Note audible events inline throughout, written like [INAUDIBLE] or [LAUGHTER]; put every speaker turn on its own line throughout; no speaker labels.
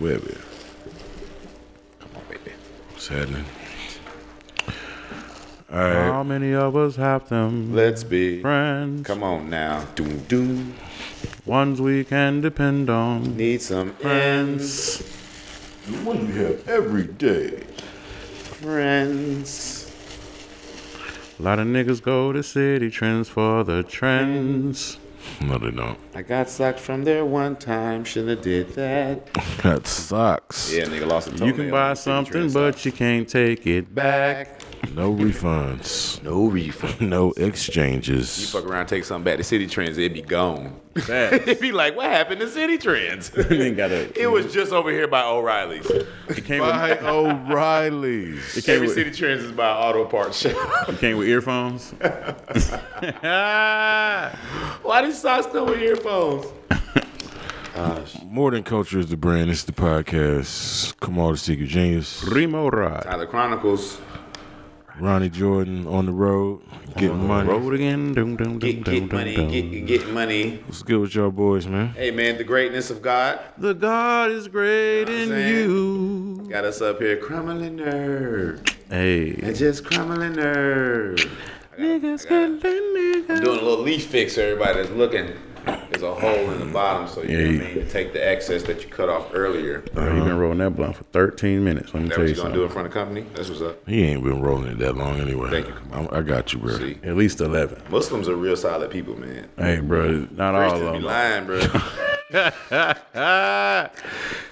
baby. Come on, baby. It's happening. All right.
How many of us have them?
Let's be.
friends,
Come on now. Doom, doom.
ones we can depend on.
Need some ends.
The one you have every day.
Friends.
A lot of niggas go to city trends for the trends.
No, they don't.
I got sucked from there one time. Shoulda did that.
That sucks.
Yeah, nigga lost a toe.
You can buy something, but you can't take it back.
[LAUGHS]
No refunds.
no refund.
[LAUGHS] No exchanges.
Fuck around, take something back to City Trends, it'd be gone. [LAUGHS] it'd be like, what happened to City Trends?
Didn't got it.
it was just over here by O'Reilly's.
It came with,
By [LAUGHS] O'Reilly's.
it came
Every
with,
City Trends is by an auto parts shop.
it came with earphones.
[LAUGHS] Why did socks come with earphones?
More than culture is the brand. It's the podcast. Kamal the Secret Genius.
Remo Rod.
Tyler Chronicles.
Ronnie Jordan on the road. Getting money.
Road again. Dum, dum, dum,
Get,
dum,
get
dum,
money,
dum.
get, get money.
What's good with y'all boys, man?
Hey man, the greatness of God
The God is great
You know
in
what I'm
you.
got us up here crumbling nerd.
Hey.
And just crumbling nerd.
Niggas killing niggas.
Doing a little leaf fix for everybody that's looking. There's a hole in the bottom, so you know what I mean? To take the excess that you cut off earlier.
Bro, you been rolling that blunt for 13 minutes. Let me
That
tell
what
you
you gonna do
something.
in front of company? That's what's up.
He ain't been rolling it that long anyway.
Thank you,
I'm- I got you, bro.
See,
At least 11.
Muslims are real solid people, man.
Hey, bro, not all
Christians be
of them. Ah,
lying,
[LAUGHS]
bro.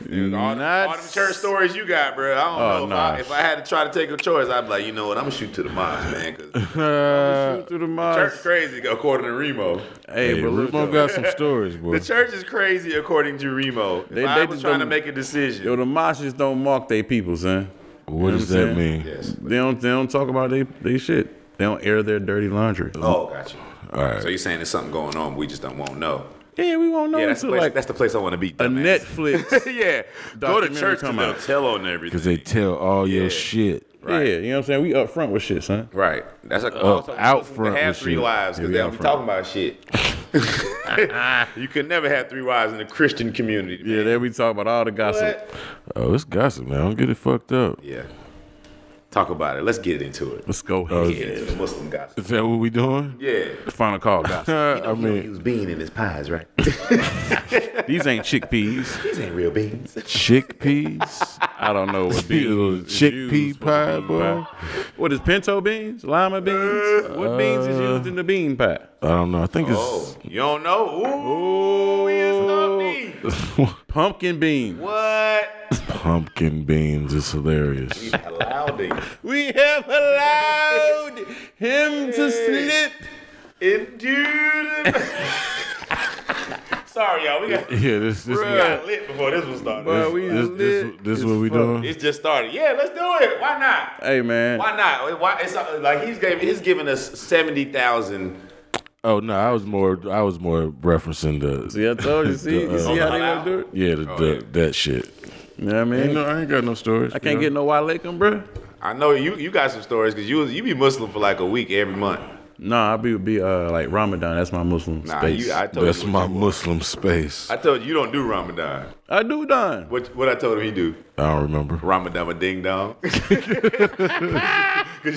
Dude, all, them, all them church stories you got, bro. I don't know. If,
Oh, nah.
I, if I had to try to take a choice, I'd be like, you know what? I'm gonna shoot to the mosque,
[LAUGHS]
man.
[LAUGHS]
'cause
Uh,
through the
church
mosque.
crazy according to Remo.
Hey,
hey,
bro, look,
Remo
though.
got some stories, boy.
The church is crazy according to Remo. If
They-
I
they
was
just
trying to
don't-
make a decision.
Yo, the mosques don't mock their people, son.
What does that mean?
yes.
They don't, they don't talk about they, they shit. They don't air their dirty laundry.
Oh, got you.
All right.
So you're saying there's something going on? We just don't want to know.
Yeah, we won't know
Yeah, that's the
until
place.
like
that's the place I want to be.
a
dumbass.
Netflix.
[LAUGHS] yeah. Go to
documentary
church
come
and they'll
out.
tell on everything.
Because they tell all your shit.
Right.
Yeah, you know what I'm saying? We up front with shit, son.
Right. That's like
Up, out front
Have
with
three
shit.
wives because
Yeah,
they
out
don't be
front.
talking about shit. you could never have three wives in the Christian community.
Yeah,
man.
there we talk about all the gossip.
What?
Oh, it's gossip, man. Don't get it fucked up.
Yeah. Talk about it. Let's get into it.
Let's go
Oh,
ahead.
Get into the Muslim gossip.
Is that what we
[LAUGHS]
doing?
Yeah.
Final call, gossip.
[LAUGHS] I
He
mean,
was bean in his pies, right?
These ain't chickpeas.
These ain't real beans.
chickpeas.
I don't know [LAUGHS] what
Little
beans. is used
chickpea
for
pie,
bean
boy.
What is pinto beans? Lima beans? what beans is used in the bean pie?
I don't know. I think
Oh,
it's
you don't know? Ooh, he is stuffy.
Pumpkin beans.
What?
pumpkin beans. It's hilarious.
Allowed it.
We have allowed him to
Hey.
slip.
It, dude. [LAUGHS] Sorry, y'all. We got, we
Yeah, this this
got lit before this was started.
Bruh, we
this this,
lit
this
as
what we
fuck.
doing?
It's just started. Yeah, let's do it. Why not?
Hey man,
Why not? Why it's uh, like he's gave he's giving us seventy thousand.
Oh no, I was more I was more referencing [LAUGHS] the uh,
see I told you. See, you see how they gonna do it.
yeah the, the that shit.
You know what I mean?
Ain't no, I ain't got no stories.
I can't get no Walekum, bro.
I know you you got some stories because you was- you be Muslim for like a week every month.
Nah, I be be uh like Ramadan. That's my Muslim
Nah,
space.
you, I told
That's
you,
my Muslim space.
I told you you don't do Ramadan.
I do done.
What what I told him he do
I don't remember.
Ramadan a ding dong. [LAUGHS] Cause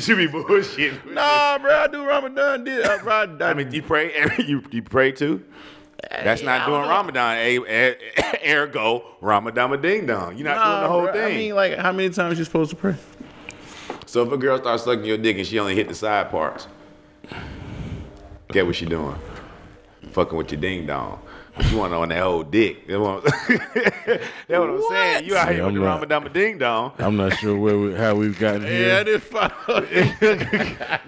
you be bullshitting.
Nah, bro, I do Ramadan. Did I, I, I,
[LAUGHS] I mean you pray every you you pray too. That's not doing Ramadan. eh, eh, [LAUGHS] Ergo Ramadan a ding dong. You're not doing the whole
bruh,
thing.
I mean, like, how many times you supposed to pray?
So if a girl starts sucking your dick and she only hit the side parts, get what she doing? Fucking with your ding dong. But you want on that whole dick. That's what I'm, [LAUGHS] That's what I'm saying. You out here
Yeah,
with
I'm
the
not-
Ramadama ding dong.
I'm not sure where we, how we've gotten here.
Yeah, I did follow.
Now I'm
Uh,
just, [LAUGHS] I'm
I'm not
just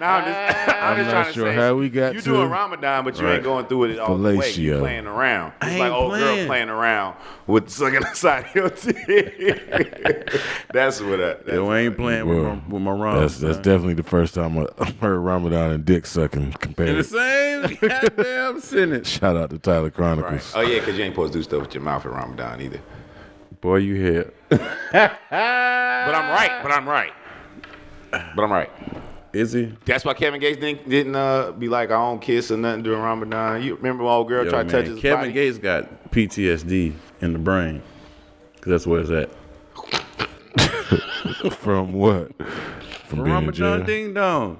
trying
sure
to say
how we got
you
to-
doing Ramadan, but you ain't
Right.
going through it all the way. You
Fellatio.
playing around. It's
ain't
like old girl
playing.
playing around with sucking [LAUGHS] the side of your dick. [LAUGHS] that's what I. That's
Yo, I ain't playing with my,
Well,
with my
That's
rhymes.
that's
man.
definitely the first time I- [LAUGHS] I've heard Ramadan and dick sucking
In the
compared.
same
[LAUGHS]
goddamn sentence.
Shout out to Tyler
right.
Chronicles.
Oh yeah, because you ain't supposed to do stuff with your mouth in Ramadan either.
Boy, you here. Uh,
But I'm right. But I'm right. But I'm right.
Is he?
That's why Kevin Gates didn't, didn't uh, be like, I don't kiss or nothing during Ramadan. You remember when old girl
Yo,
tried to touch
man,
his
Kevin
body?
Gates got PTSD in the brain. because that's where it's at.
[LAUGHS] From what? From being in
Ramadan
jail.
Ding Dong.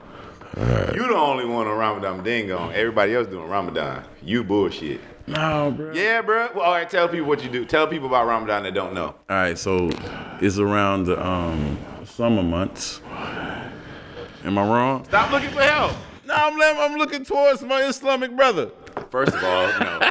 You the only one on Ramadan ding on. Everybody else doing Ramadan. You bullshit.
No, bro.
Yeah, bro. Well, all right, tell people what you do. Tell people about Ramadan that don't know.
All right, so it's around the um, summer months. Am I wrong?
Stop looking for help.
No, I'm, I'm looking towards my Islamic brother.
First of all, [LAUGHS] no.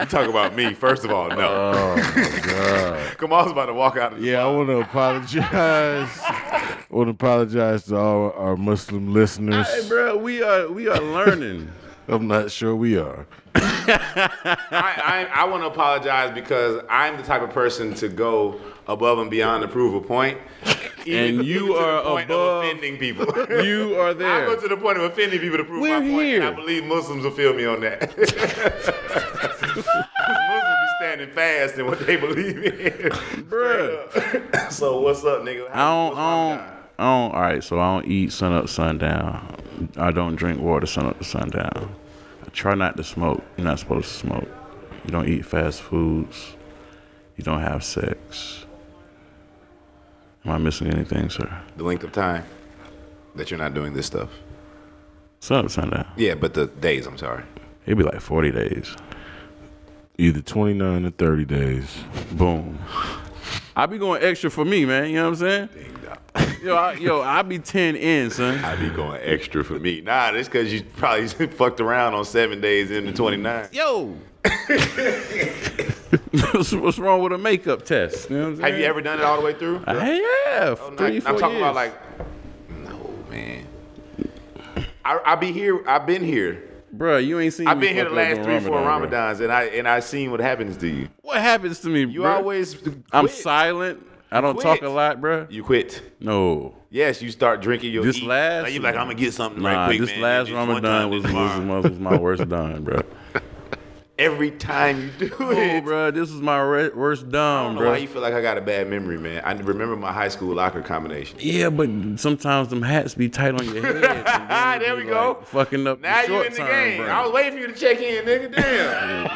you talk about me. First of all, no. Oh god. [LAUGHS] Kamal's about to walk out. Of
Yeah, I want to apologize. [LAUGHS] I want to apologize to all our Muslim listeners.
Hey, bro, we are we are learning.
I'm not sure we are.
I, I, I want to apologize because I'm the type of person to go above and beyond to prove a point. Even
And
to-
you
even to the
are
point
above-
of offending [LAUGHS] people.
you are
I go
there.
to the point of offending people to prove
We're
my point. and I
here.
believe Muslims will feel me on that. [LAUGHS] 'Cause Muslims be standing fast in what they believe in.
Bruh.
so what's up, nigga?
I don't,
What's
I don't,
wrong now?
I don't. All right, so I don't eat sun up, sundown. I don't drink water sun up to sundown. I try not to smoke. You're not supposed to smoke. You don't eat fast foods. You don't have sex. Am I missing anything, sir?
The length of time that you're not doing this stuff.
Sun up, sundown.
Yeah, but the days. I'm sorry.
It'd be like 40 days.
Either 29 or 30 days.
Boom. I be going extra for me, man. You know what I'm saying? [LAUGHS] Yo, I, yo, I be 10 in, son.
I be going extra for me. Nah, that's because you probably [LAUGHS] fucked around on seven days into 29.
Yo. [LAUGHS] what's, what's wrong with a makeup test? You know what I'm saying?
Have you ever done it all the way through?
Uh, yeah,
Oh,
f-
no,
three,
I'm
four
talking
years.
about like, no man. I, I be here. I've been here.
bro, you ain't seen.
I've
me
been here the
fuck up
last
on
three, four
Ramadan, bruh.
Ramadans, and I and I seen what happens to you.
What happens to me?
You
bruh?
always.
I'm
quit.
silent. I don't
quit.
talk a lot, bro.
You quit.
No,
Yes, you start drinking your.
This
eat.
last-
Like, you like I'm gonna get something
nah.
right quick,
this
man.
last
Just one time
Ramadan was
this
was,
tomorrow.
was, was my worst done,
[LAUGHS]
bro.
every time you do
Oh,
it.
bro, this is my re- worst done,
I don't know why
bro.
you feel like I got a bad memory, man. I remember my high school locker combination.
Yeah, but sometimes them hats be tight on your head. and then
[LAUGHS] Ah,
it
there
be
we go.
like Fucking up.
Now
the
you
short
in the
term,
game.
bruh.
I was waiting for you to check in,
[LAUGHS]
nigga. Damn,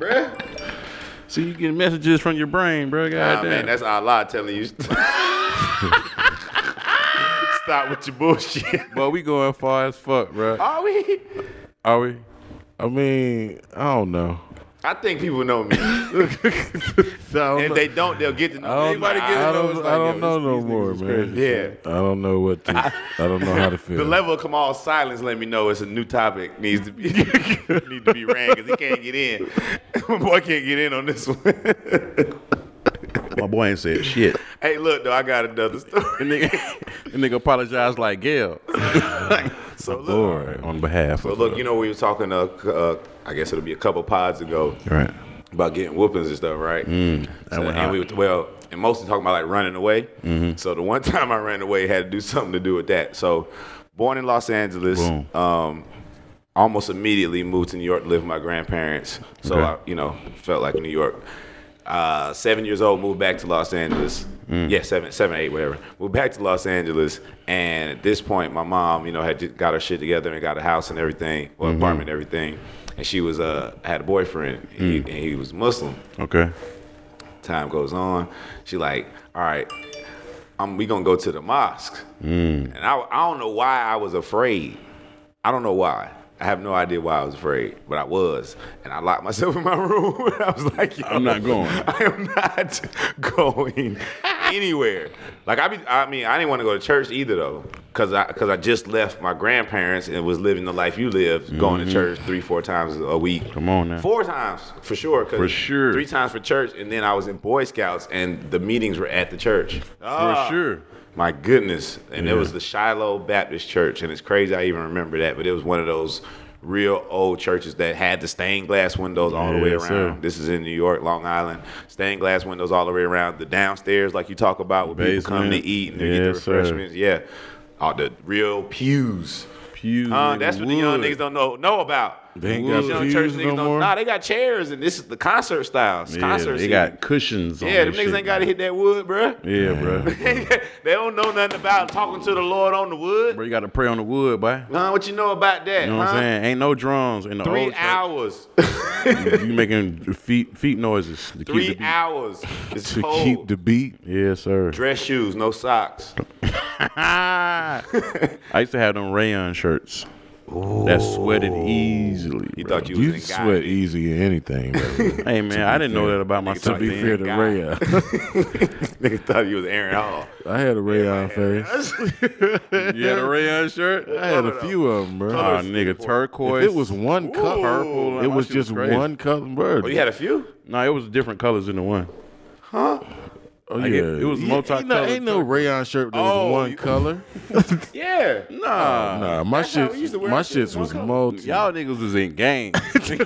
bruh.
so you get messages from your brain, bro.
Nah,
God damn.
man, that's [LAUGHS] Allah
[LAUGHS]
telling you. Stop with your bullshit.
[LAUGHS] but we going far as fuck, bro.
Are we?
Are
[LAUGHS]
we?
I mean, I don't know.
I think people
[LAUGHS]
know me.
I
If
don't,
they don't, they'll get to know
I
me.
don't, I
Anybody get to know?
don't,
it's
I don't
like,
know
yo,
no
these
more,
niggas
man.
crazy.
Yeah.
I don't know what to. I don't know how to feel.
The level of Kamal's silence let me know it's a new topic needs to be [LAUGHS] need to be ran because he can't get in. [LAUGHS] My boy can't get in on this one. [LAUGHS]
My boy ain't said shit.
hey, look though, I got another story. [LAUGHS]
The nigga, [LAUGHS] the nigga apologized like Gail
So look,
Lord.
on behalf
so
of.
look, you know we were talking uh, c- uh I guess it'll be a couple pods ago.
Right.
about getting whoopings and stuff, right? Mm, so,
went
and we were, well, and mostly talking about like running away.
Mm-hmm.
So the one [LAUGHS] time I ran away had to do something to do with that. So born in Los Angeles,
Boom.
um, almost immediately moved to New York to live with my grandparents. So
Okay.
I, you know, felt like New York. Uh, seven years old, moved back to Los Angeles. Yeah, seven, seven, eight, whatever. Moved back to Los Angeles, and at this point, my mom, you know, had ju- got her shit together and got a house and everything, well, apartment, and everything. And she was uh had a boyfriend, and, he, and he was Muslim
Okay.
time goes on, she like, all right, um, we gonna go to the mosque.
Mm.
And I, I don't know why I was afraid. I don't know why. I have no idea why I was afraid, but I was, and I locked myself in my [LAUGHS] room. I was like, Yo,
I'm not going.
[LAUGHS] I am not [LAUGHS]
[LAUGHS]
going anywhere. Like I be, I mean, I didn't want to go to church either though, cause I, cause I just left my grandparents and was living the life you live, going
Mm-hmm.
to church three, four times a week.
Come on now.
Four times for sure. 'cause
For sure.
Three times for church, and then I was in Boy Scouts, and the meetings were at the church. Ah.
Uh,
For sure.
My goodness, and it
Yeah.
was the Shiloh Baptist Church, and it's crazy I even remember that, but it was one of those real old churches that had the stained glass windows all the way
Yes,
around.
sir.
This is in New York, Long Island. Stained glass windows all the way around. The downstairs, like you talk about, where people come to
Basement.
eat and they get the
Yes, sir.
refreshments. Yeah, all the real pews.
Pew.
Uh,
nigga,
that's what the young
wood.
niggas don't know know about.
They ain't
These
got
young
pews
church
no
niggas don't.
more?
Nah, they got chairs, and this is the concert style. It's
Yeah,
concert
they
season.
got cushions on
Yeah,
their
them niggas
shit,
ain't got to
man.
hit that wood, bruh.
Yeah, bro.
[LAUGHS] they don't know nothing about talking to the Lord on the
[LAUGHS]
wood.
bro, you got to pray on the wood, boy.
Huh? What you know about that?
You know what
huh?
I'm saying? Ain't no drums in the
Three
old
[LAUGHS]
church.
hours.
You making feet feet noises. To keep
Three
the
[LAUGHS]
beat.
hours. It's
to
cold.
keep the beat.
Yeah, sir.
dress shoes, no socks.
Ah! I used to have them rayon shirts that sweated easily.
You
bro.
thought you was
You
in God.
sweat easy in anything. [LAUGHS] brother.
Hey man, I didn't know that about myself.
to be
then.
fair to
God.
Raya,
[LAUGHS] Nigga thought you was Aaron Hall.
[LAUGHS] I had a rayon face.
You had a rayon
[LAUGHS]
shirt?
I had a few of them,
Oh,
bro.
nigga,
If
turquoise.
it was one color,
purple.
it
my
was
shit was
just
crazy.
one color, bro.
Oh, you had
[LAUGHS]
a few?
No, it was different colors in the one.
Oh
Like,
yeah,
it- it was
You- ain't no-
multicolored
Ain't no
turquoise.
rayon shirt that was
Oh,
one
you-
color.
Yeah. [LAUGHS]
Nah,
Nah, my
That's how
shit,
we used to wear
my
our shit,
shits
one
was
color.
multi.
y'all niggas is in [LAUGHS] game.
Our
[LAUGHS] Nah,
shit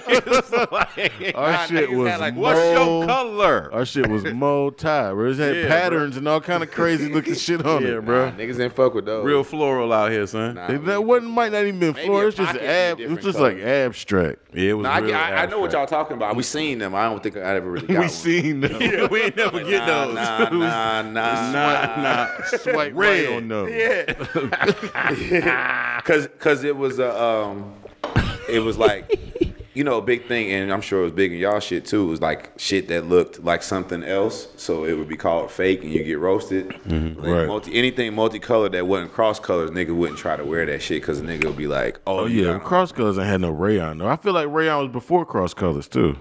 niggas
was
had like,
What's
Mo-
your color?
Our shit was multi. Bro. It had
Yeah,
patterns and all kind of crazy looking shit on
Yeah,
it,
bro.
Nah, niggas didn't fuck with those.
Real floral out here, son.
Nah,
They-
we-
that wasn't might not even been
Maybe
floor.
a
It's just
pocket
ab.
is
It was
different
just
color.
like abstract.
Yeah, it was
Nah, I,
real
I, I know what y'all
abstract.
talking about. We seen them. I don't think I ever really
[LAUGHS]
got
We
one.
seen them.
Yeah, [LAUGHS] we
[LAUGHS]
ain't never get
nah,
those.
Nah, nah, nah, [LAUGHS]
nah, nah.
Swipe right
Red.
on them.
Yeah. Cause, Cause it was a um it was like you know, a big thing and I'm sure it was big in y'all shit too, was like shit that looked like something else. So it would be called fake and you get roasted. Like
Mm-hmm. Right.
multi, anything multicolored that wasn't cross colors, nigga wouldn't try to wear that shit because a nigga would be like, Oh,
Oh
you
yeah,
got on-
cross colors ain't had no rayon though. I feel like rayon was before cross colors too.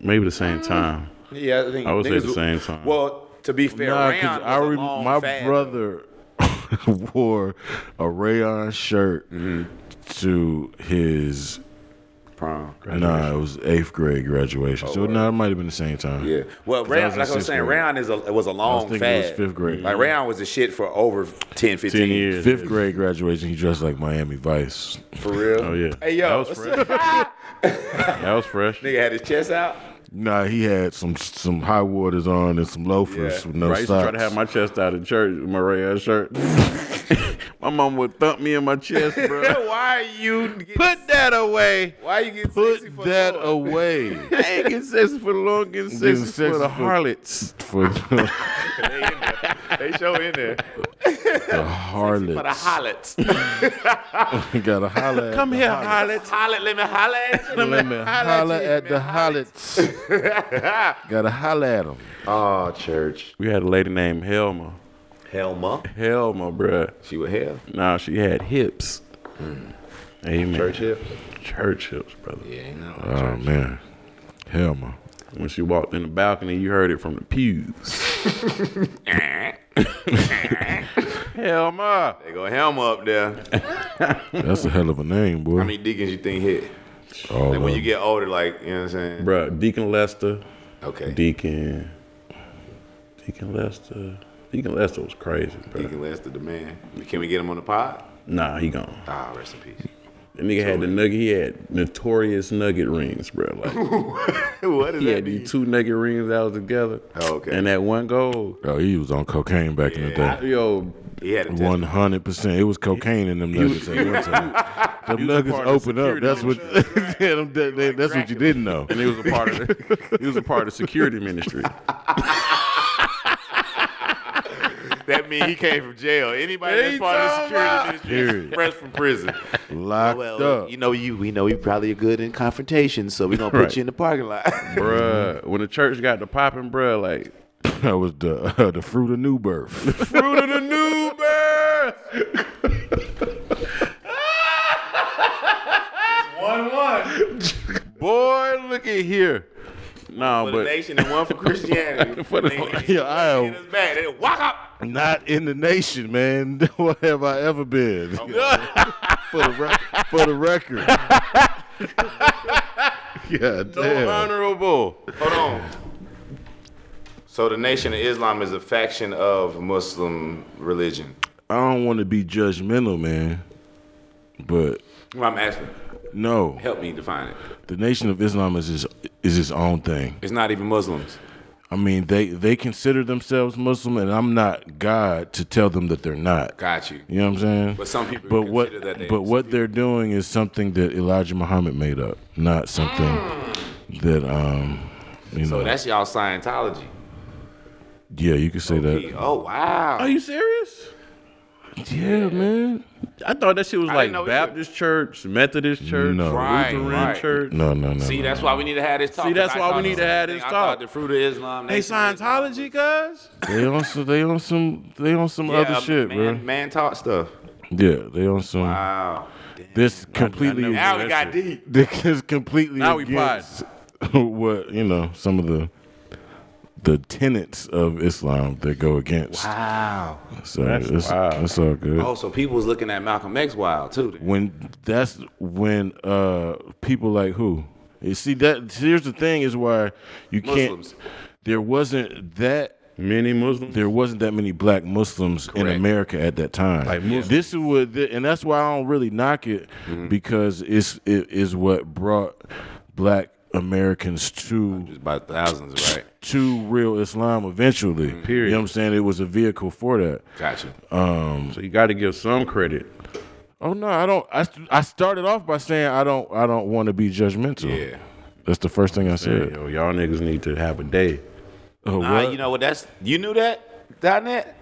Maybe the same time.
Yeah, I think
I would say
niggas
the
would-
same time.
Well, to be fair,
Nah, 'cause
Rayon was
I
a
rem-
long
my
fad, though.
brother [LAUGHS] wore a rayon shirt to his
Prom.
nah, it was eighth grade graduation. so no, nah, it might have been the same time.
Oh, Yeah.
I
Well,
was
Rayon,
in
like I was
sixth
saying,
grade.
Rayon is a it was a long
thinking
fad.
it was fifth grade.
Like Rayon was the shit for over 10, 15
Ten years.
Fifth grade graduation, he dressed like Miami Vice.
For real.
Oh yeah.
Hey yo,
That was fresh. that was fresh.
[LAUGHS] nigga had his chest out.
Nah, he had some some high waters on and some loafers
Yeah.
with no
Bro, I used to
socks.
try to have my chest out in church with my red [LAUGHS] shirt. my mom would thump me in my chest, bro.
why are you get,
[LAUGHS] Put that away.
why you get sexy
Put
for
that
Lord? [LAUGHS]
away
I ain't getting sexy for the long, getting
Getting
sexy,
sexy
for the
for-
harlots.
for the,
They, in there. They show in there
the
for [LAUGHS] the
harlots.
harlots.
Got to holler. at
Come
the
here,
harlots.
harlots.
Harlot, let me holler
[LAUGHS]
at you.
Let me holler at the harlots. Gotta holler at them.
Oh, church.
We had a lady named Helma.
Helma.
Helma, bruh.
She would hell.
Nah, she had hips. Mm. Amen.
Church hips.
Church hips, brother.
Yeah, ain't no
Oh man, hell man.
When she walked in the balcony, you heard it from the pews. Helma.
They go Helma up there.
That's a hell of a name, boy.
How many deacons you think hit?
All
Like when
of
you get older, like you know what I'm saying.
Bruh, Deacon Lester.
Okay.
Deacon. Deacon Lester. Deacon Lester was crazy, bro.
Deacon Lester, the man. Can we get him on the pod?
Nah, he gone.
Ah, rest in peace. [LAUGHS]
The nigga had the nugget. He had notorious nugget rings, bro. Like
what does
he
that
had
mean?
these two nugget rings that was together.
Oh, okay.
And that one gold.
them. Oh, he was on cocaine back in the day.
Yo,
He had a test.
One hundred percent. It was cocaine in them nuggets at one
[LAUGHS]
time. Them nuggets
part of
open up.
security Oh,
That's
on
what. [LAUGHS] yeah, them, that, that- that's what you didn't
[LAUGHS]
know.
and he was a part of the, he was a part of security ministry.
That mean he came from jail. Anybody
He
that's part of the
talking
security
about-
ministry is fresh from
[LAUGHS]
prison.
Locked up.
know you. We know you probably are good in confrontation, so we're gonna put
Right.
in the parking lot.
bruh, when the church got to popping, bruh, like
that was the [LAUGHS] the fruit of new birth.
fruit of the new birth.
[LAUGHS] one one.
Boy, look at here. Nah,
For the
but
nation and one for
[LAUGHS]
Christianity.
For the-
yeah, I
Get us back. They walk up.
Not in the nation, man. [LAUGHS] what have I ever been?
Oh.
for the rec- for the
[LAUGHS]
record. God
no
damn.
honorable.
Hold on. So the Nation of Islam is a faction of Muslim religion.
I don't want to be judgmental, man, but
Well, I'm asking.
no,
Help me define it.
the Nation of Islam is its, is its own thing.
It's not even Muslims.
I mean, they they consider themselves Muslim, and I'm not God to tell them that they're not.
Got you.
You know what I'm saying?
But some people
But what?
consider that they-
but what they're doing is something that Elijah Muhammad made up, not something that um. You
Mm. So
know,
that's y'all Scientology.
yeah, you could say that.
Oh wow.
Are you serious?
uh,
Yeah, man.
I thought that shit was
I
like
didn't know
Baptist church, Methodist church,
No.
Right,
Lutheran
right.
church.
No, no, no.
See,
no.
that's why we need to have this talk.
See,
'cause
that's
I
why we
thought
need
the
to
same
have
thing.
this
I thought
talk.
the fruit of Islam.
They Scientology, guys.
they on some. They on some. They on some
Yeah,
other shit,
man,
bro.
Man taught stuff.
Yeah, they on some.
Wow.
This completely.
never-
Now we
that
got
shit.
deep.
this is completely
Now we
against [LAUGHS] what you know some of the the tenets of Islam that go against.
Wow.
So
That's
it's,
wild.
it's all good.
Oh, so people was looking at Malcolm X wild too. Then.
When that's when uh people like who you see that here's the thing is why you
Muslims.
can't. There wasn't that
Many Muslims.
there wasn't that many black Muslims in
Correct.
America at that time.
Like Muslims. Mm-hmm.
this is what, th- and that's why I don't really knock it because it's it is what brought black Americans to
It's by thousands, right?
to real Islam eventually.
Mm-hmm.
You know what I'm saying? It was a vehicle for that.
Gotcha.
So you got to give some credit.
Oh no, I don't. I, st- I started off by saying I don't I don't want to be judgmental.
Yeah.
That's the first thing I said.
Yo, y'all niggas need to have a day.
Oh,
Nah,
what?
you know what? That's you knew that. Dot net.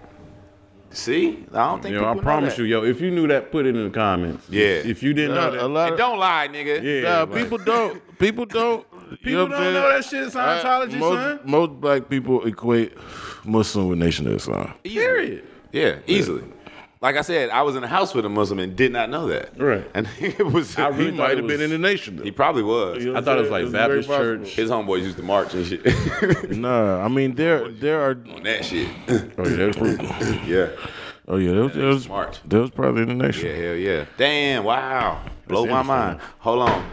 See, I don't think.
Yo, I
people know
promise
that.
you, yo, if you knew that, put it in the comments.
Yeah.
If you didn't
Uh,
know that,
a lot
And
of
don't lie, nigga.
yeah,
nah,
like,
people don't people don't people
[LAUGHS] people don't know that shit is Scientology,
I-
son.
most, most black people equate Muslim with Nation of Islam.
Easily. [LAUGHS]
Period.
Yeah, easily. Like I said, I was in a house with a Muslim and did not know that.
Right.
And [LAUGHS] it was.
I really
He
he,
thought
might
it
have been in
was-
the nation. Though.
probably was.
I thought it was like
It's very
Baptist
possible.
church.
His homeboys used to march and shit. [LAUGHS]
Nah, I mean there there are.
On that shit. [LAUGHS]
Oh, yeah, that's cool.
yeah.
Oh yeah, there was, there was,
March.
there was probably in the nation.
Yeah. Hell yeah. Damn. Wow. Blow my
interesting.
mind. Hold on.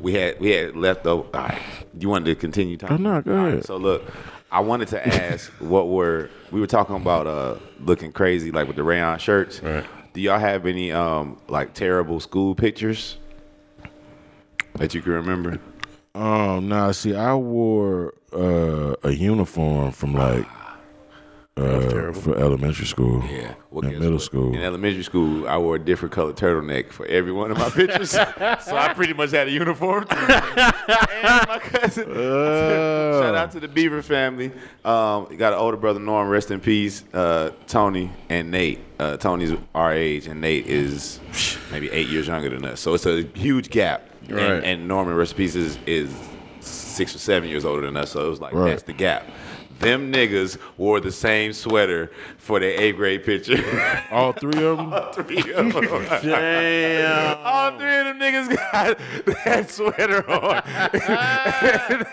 We had we had left over. All right. You wanted to continue talking?
Oh, no, go
All
ahead.
So look, I wanted to ask what were we were talking about uh looking crazy like with the rayon shirts.
Right.
Do y'all have any um like terrible school pictures that you can remember?
Um, nah, see, I wore uh, a uniform from like uh, for elementary school.
Yeah.
in
guess
middle school.
In elementary school, I wore a different colored turtleneck for every one of my
[LAUGHS]
pictures. so I pretty much had a uniform. too. and my cousin.
Oh.
Shout out to the Beaver family. Um, you got an older brother, Norm, rest in peace. Uh, Tony and Nate. Uh, Tony's our age, and Nate is maybe eight years younger than us. So it's a huge gap.
Right.
And, and Norman, rest in peace, is, is six or seven years older than us. So it was like,
Right.
that's the gap. Them niggas wore the same sweater for their eighth grade picture. [LAUGHS]
All three of
[LAUGHS]
them.
Three of 'em.
Damn.
All three of them niggas got [LAUGHS] that sweater on.
[LAUGHS]
[LAUGHS]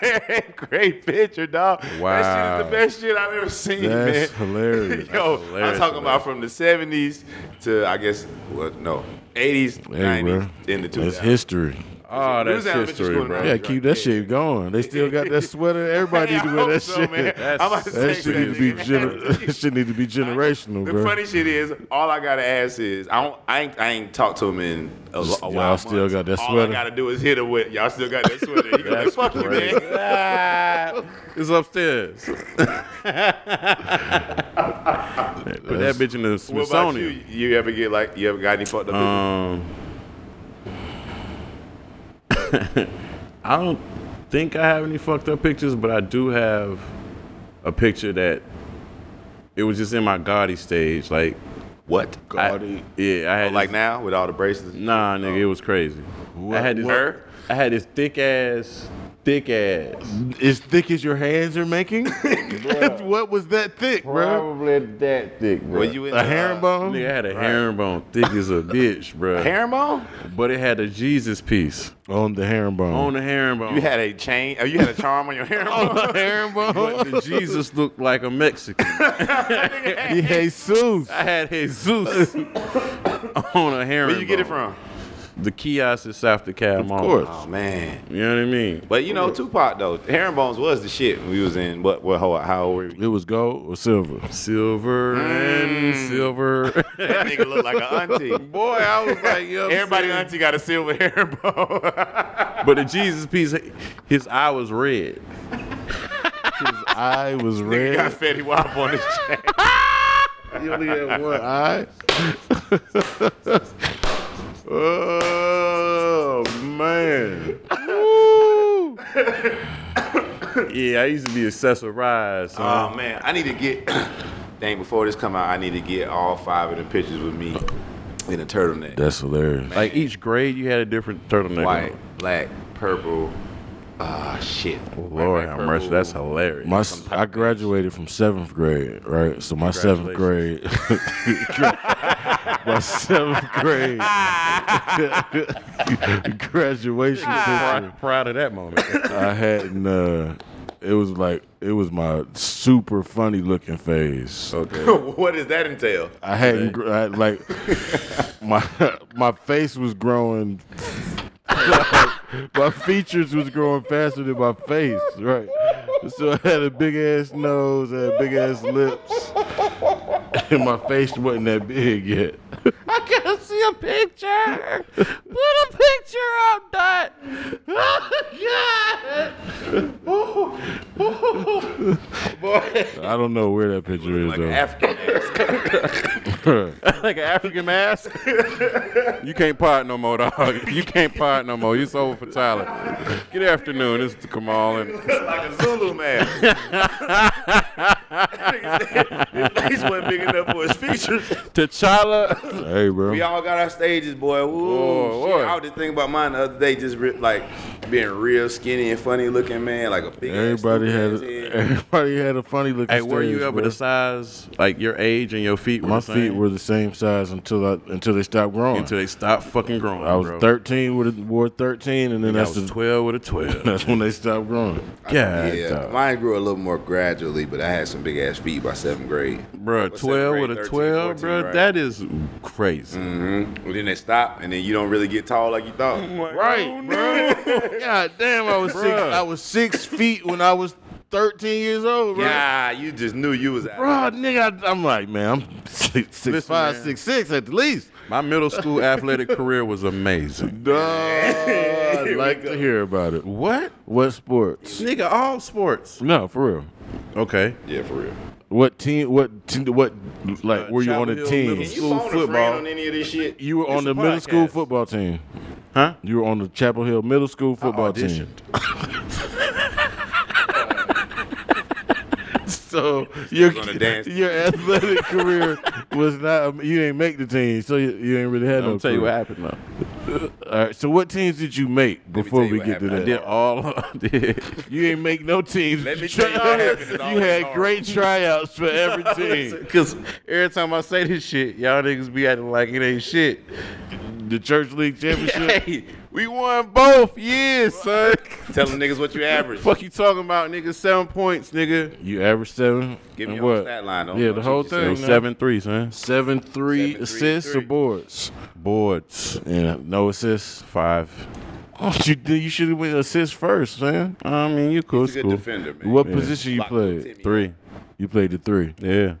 that great picture, dog. That shit is
Wow.
the best shit I've ever seen,
That's
[LAUGHS]
man.
hilarious.
[LAUGHS] Yo, I'm
hilarious,
talking about from the 70s to, I guess, what, no, 80s,
Hey,
90s,
bro.
in the
That's
2000s.
history.
Oh,
We was
that's
in elementary
history,
school in
bro.
Right,
Yeah, keep that shit going. They still got that sweater. Everybody
[LAUGHS] Hey,
need
I
to wear
hope
that
so,
shit.
man.
That's-
I'm about
[LAUGHS]
to
That
text
shit need to
nigga.
be gener- [LAUGHS]
[LAUGHS]
that shit need to be generational,
The
bro.
funny shit is, all I gotta ask is, I don't, I ain't, I ain't talked to him in a, lo- a
Y'all
while.
still
months.
got that
all
sweater?
I gotta do is hit him with, y'all still got that sweater. He gonna
That's
fuck with [LAUGHS]
great.
me.
It's upstairs. Put that bitch in the
What about you?
Smithsonian.
You ever get like, you ever got any fucked up? pictures?
Um, [LAUGHS] I don't think I have any fucked up pictures, but I do have a picture that it was just in my Gotti stage. Like,
what?
I-
Gotti.
yeah, I had
Oh, like
this-
now with all the braces.
Nah, nigga, it was crazy. I had this.
Her?
I had this thick ass, thick ass.
As thick as your hands are making. [LAUGHS] what was that thick, bro?
that thick, bro.
Were you in
A
the,
herringbone.
Nigga I had a herringbone thick as a bitch, bro.
[LAUGHS] Uh, herringbone?
but it had a Jesus piece
On the herringbone.
on the herringbone.
Um,
You had a chain? Oh, you had a charm on your
[LAUGHS] Oh,
herringbone?
herringbone.
but [LAUGHS] the Jesus looked like a Mexican.
Jesus.
I had Jesus on a herringbone.
Where you get it from?
The kiosk at South Decal Mall.
course.
Oh man.
You know what I mean?
But you know, Tupac though, herringbones was the shit. when We was in what? What? How, how old were we?
It was gold or silver.
Silver and silver. [LAUGHS]
That nigga looked like an auntie.
Boy, I was like, yo.
Everybody auntie got a silver [LAUGHS] herringbone.
But the Jesus piece, his eye was red.
His eye was
Nigga got
red.
Fetty Wap [LAUGHS] on his chest.
He only had one eye. oh man.
Yeah, I used to be accessorized.
Oh man, I need to get. [CLEARS THROAT] Dang, before this come out, I need to get all five of the pictures with me in a
[LAUGHS]
turtleneck.
That's hilarious.
like each grade, you had a different turtleneck.
White, black, purple. Ah, shit.
Oh, Lord
White, black,
how much?
purple.
That's hilarious.
My s- I graduated from seventh grade, right? So my seventh grade, [LAUGHS] my seventh grade [LAUGHS] graduation
Ah.
picture.
Proud of that moment.
I hadn't. Uh, it was like it was my super funny looking phase.
okay.
[LAUGHS] what does that entail?
I hadn't gr- I,
[LAUGHS]
like my my face was growing. [LAUGHS] my features was growing faster than my face, right? So I had a big ass nose, I had big ass lips, and my face wasn't that big yet.
I gotta see a picture. Put a picture up,
[LAUGHS]
Dot. Oh
I don't know where that picture is
Like an
though.
African ass. [LAUGHS]
God! like an African [LAUGHS] mask. you can't part no more, dog. You can't part no more. It's over for Tyler. Good afternoon. This is Kamal and
like a Zulu man. [LAUGHS] his face wasn't big enough for his features.
T'Challa.
hey, bro.
We all got our stages, boy. Ooh,
Whoa,
shit.
whoa.
I was just thinking about mine the other day, just re- like being real skinny and funny looking, man. Like a big
Everybody had
ass,
a, [LAUGHS] everybody had a funny looking.
Hey, were you
stage,
ever
bro.
the size, like your age and your feet? Were
My
the
feet
same?
were the same size until I until they stopped growing.
until they stopped fucking growing.
I was
bro.
13 with a, wore 13, and then
I
that's
was
the,
twelve with a
[LAUGHS]
twelve.
that's when they stopped growing.
Yeah,
Yeah, mine grew a little more gradually, but I had some big ass feet by seventh grade.
bro,
What's that,
twelve
grade
with a
13,
twelve,
14,
bro.
right?
That is crazy.
Well, then they stop, and then you don't really get tall like you thought.
Right, bro. [LAUGHS] God damn, I was six.
Bruh.
I was six feet when I was 13 years old, bro.
Yeah, you just knew you was out.
Bro, nigga, I, I'm like, man, I'm six, six
Listen,
five,
man.
six six at the least.
My middle
[LAUGHS]
school athletic career was amazing.
Duh, I'd like to hear about it.
What?
What sports?
Nigga, all sports.
No, for real.
Okay.
Yeah, for real.
What team? What team? What like?
Uh,
were you
Chapel
on a
Hill
team?
Middle
Can you
School
phone a friend
football.
on any of this shit? [LAUGHS]
You were on
a
the middle school
podcast.
football team.
Huh?
You were on the Chapel Hill middle school football team.
[LAUGHS]
Auditioned.
So your
on a dance
your
[LAUGHS]
athletic career was not. um, You didn't make the team, so you, you ain't really had
I'll
no.
tell you what
career.
happened though.
All right. So what teams did you make
me
before
tell you
we
what
get to
happened.
that?
I
Did all I [LAUGHS] did.
You ain't make no teams.
Let me tell you what happened.
[LAUGHS]
It's
you
always
had
hard.
great tryouts for
[LAUGHS]
every team.
Cause every time I say this shit, y'all niggas be acting like it ain't shit.
The church
[LAUGHS]
league championship.
Hey, we won both years, son.
Tell them niggas what you average.
Fuck you talking about, nigga? Seven points, nigga.
You averaged seven.
Give me
and
your
what?
stat line. Don't-
yeah,
don't
the
shoot
whole
yourself.
thing.
It was seven three, son.
Seven three
Seven, three,
assists
three.
or boards.
Boards
Yeah, no assists.
five.
Oh, you did. You should have went assists first, man.
I mean, you cool,
He's a good
school.
defender, man.
What position you
Lock up
played?
Timmy.
Three.
You played the three.
Yeah.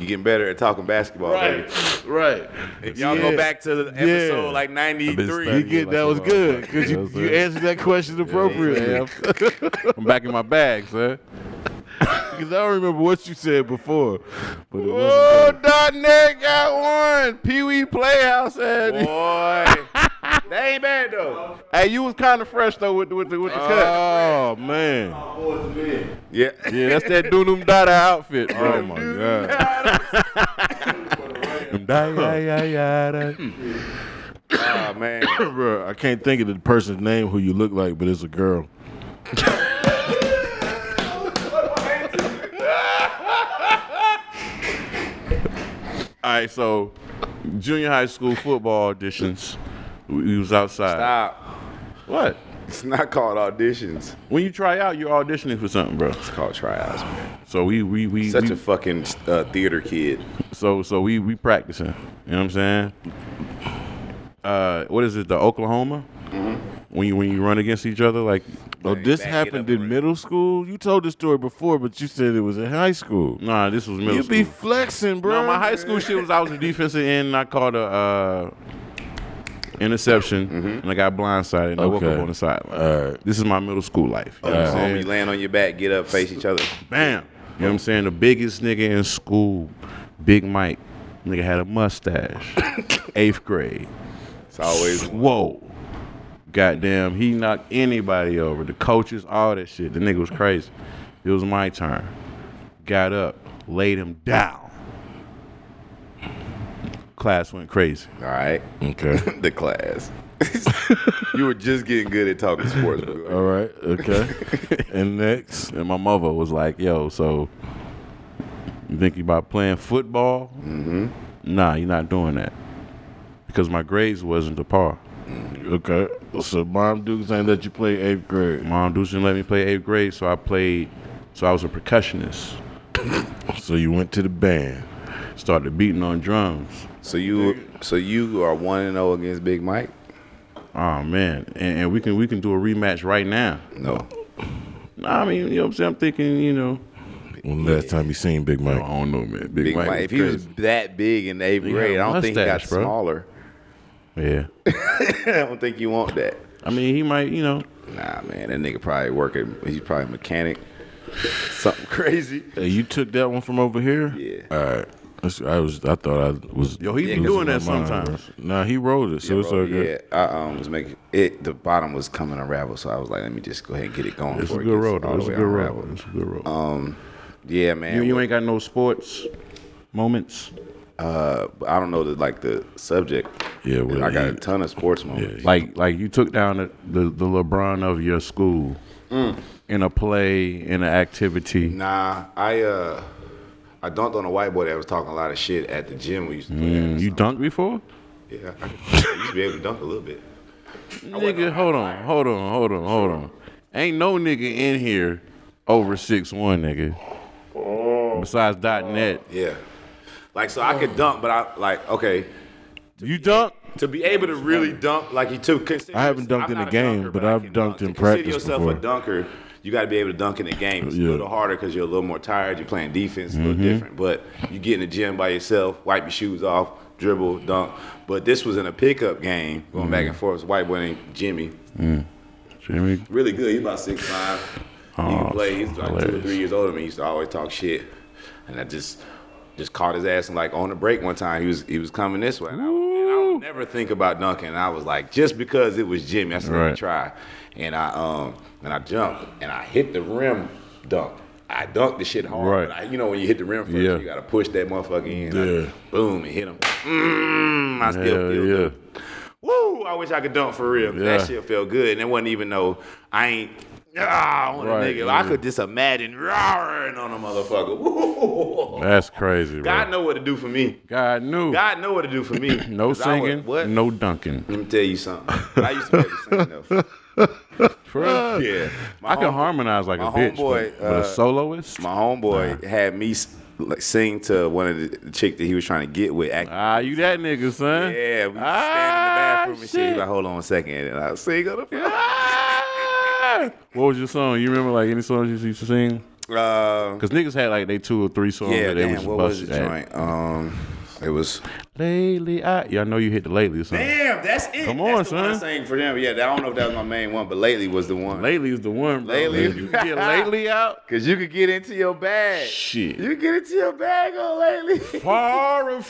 You getting better at talking basketball, baby.
right.
If y'all
Yeah.
go back to the episode
Yeah.
like
You
Thank
93,
you,
get
like
that
you
was
are.
good because
That
you,
was
you
good.
answered that question appropriately.
Yeah.
[LAUGHS]
I'm back in my bag, sir.
Because I don't remember what you said before, but it wasn't.
[LAUGHS] Oh, dot net got one. Pee Wee Playhouse had. you. [LAUGHS]
boy. that ain't bad, though.
Hey, you was kind of fresh though with the, with the, with the cut.
[LAUGHS] Oh man!
Yeah.
Yeah, that's that Dunum Dada outfit, bro.
Oh my god!
[LAUGHS]
oh, man.
Bro, I can't think of the person's name who you look like, but it's a girl.
[LAUGHS] All right, so junior high school football auditions. We we was outside.
Stop.
What?
It's not called auditions.
When you try out, you're auditioning for something, bro.
It's called tryouts, man.
So we we we,
Such
we
a fucking uh, theater kid.
so so we we practicing. You know what I'm saying? Uh, what is it? The Oklahoma?
Mm-hmm.
When you when you run against each other, like
Oh,
Hey,
this
back it
happened
up
in
already.
middle school. You told this story before, but you said it was in high school.
nah, this was middle
You
school.
be flexing, bro.
no, my high school shit was I was a defensive end. and I called a uh, interception,
Mm-hmm.
and I got blindsided and I woke up
Okay.
on the sideline.
All right.
This is my middle school life. You know what I'm
Homie,
saying?
you land on your back, get up, face each other.
Bam. You know what I'm saying? The biggest nigga in school, Big Mike. Nigga had
[LAUGHS]
a mustache. Eighth grade.
It's always
Whoa. Goddamn, he knocked anybody over. The coaches, all that shit. The nigga was crazy. It was my turn. Got up, laid him down. Class went crazy.
all right.
Okay.
the class. [LAUGHS] you were just getting good at talking sports. bro.
All right. Okay. and next.
And my mother was like, yo, so you think you about playing football? Mm-hmm. Nah, you're not doing that. Because my grades wasn't to par.
Okay. So mom Dukes ain't let you play eighth grade.
Mom Deuce didn't let me play eighth grade, so I played so I was a percussionist.
So you went to the band.
Started beating on drums.
So you so you are one and zero against Big Mike.
Oh man. And, and we can we can do a rematch right now.
No,
Nah, I mean, you know what I'm saying? I'm thinking, you know.
When the last time you seen Big
I
Mike?
don't know, man. Big,
Big Mike. If he was that big in the eighth
had
grade,
a
I don't think he got
mustache, bro.
smaller. [LAUGHS]
Yeah.
I don't think you want that.
I mean he might, you know.
Nah, man, that nigga probably working. He's probably a mechanic. Something crazy.
Hey, you took that one from over here.
Yeah.
Uh,
All right. That's- I was. I thought I was.
Yo, he
Yeah,
been doing that
losing my mind,
sometimes.
bro. Nah, he wrote it, so it's all good.
Yeah, I um, was making it. The bottom was coming unraveled, so I was like, let me just go ahead and get it going.
It's a
before it
good
gets
road, though.
all the
It's a
way
good
unraveled.
road. It's a good road.
Yeah, man.
You, you ain't got no sports moments.
uh, but I don't know the like the subject.
Yeah,
And
well,
I got a
you-
ton of sports moments.
Like like you took down the, the, the LeBron of your school Mm. in a play, in an activity.
Nah, I uh, I dunked on a white boy that was talking a lot of shit at the gym. We used to play.
Mm, you dunked before?
at. Yeah, I, I used to be able to dunk a little bit.
Nigga, hold on, hold on, hold on, hold on. Ain't no nigga in here over six one nigga. Besides dot net.
Yeah, like so I
Oh.
could dunk, but I like okay
You dunk?
to be able to really dunk like you took. consider-
I haven't dunked
I'm
in
not
a game, but
I
I've
can
dunked
To
in
consider
practice
yourself
before.
a dunker. You got to be able to dunk in a game. It's
Yeah. Mm-hmm.
a little harder because you're a little more tired. You're playing defense, a little different. But you get in the gym by yourself, wipe your shoes off, dribble, dunk. But this was in a pickup game, going
Mm.
back and forth. It was a white boy named Jimmy,
Jimmy.
really good. He's about six five. he
Oh,
can play. He's like two or
hilarious.
three years older than me. He used to always talk shit, and I just just caught his ass and like on the break one time. He was he was coming this way, and I, and I would never think about dunking. And I was like, just because it was Jimmy, I said let me
Right.
try, and I um and I jumped and I hit the rim dunk. I dunked the shit hard,
Right.
but I, you know when you hit the rim first,
Yeah.
you gotta push that motherfucker in.
Yeah.
I, boom, and hit him. Mm, I still
Hell
feel
yeah.
good. Woo! I wish I could dunk for real. 'cause
Yeah.
That shit felt good, and it wasn't even though I ain't ah on
Right,
a nigga.
yeah.
I could just imagine roaring on a motherfucker. Woo!
That's crazy, bro.
God know what to do for me.
God knew.
God know what to do for me.
[CLEARS THROAT] no
'Cause I was-
singing,
what?
no dunking.
Let me tell you something. I used to be able to
[LAUGHS]
sing
For real?
though. Yeah, my
I can
home-
harmonize like a
my
bitch,
homeboy,
but, but
uh,
a soloist?
My homeboy had me s- like sing to one of the the chick that he was trying to get with. Act-
ah, you that nigga, son.
yeah, we standing in
Ah,
the bathroom and shit. He
shit.
like, hold on a second, and I was sing on the
Ah! What was your song? You remember like any songs you used to sing?
Uh,
Cause niggas had like they two or three songs
Yeah,
that they
damn,
would just
what
bust
was the
it at.
joint? Um, it was.
Lately, I y'all know you hit the lately or something.
Damn, that's it.
Come on,
That's the one I
son.
sang for them. Yeah, I don't know if that was my main one, but lately was the one.
Lately is the one, bro.
Lately.
If You can get [LAUGHS] lately out.
Cause you could get into your bag.
Shit.
You could get into your bag on
[LAUGHS]
lately.
Far and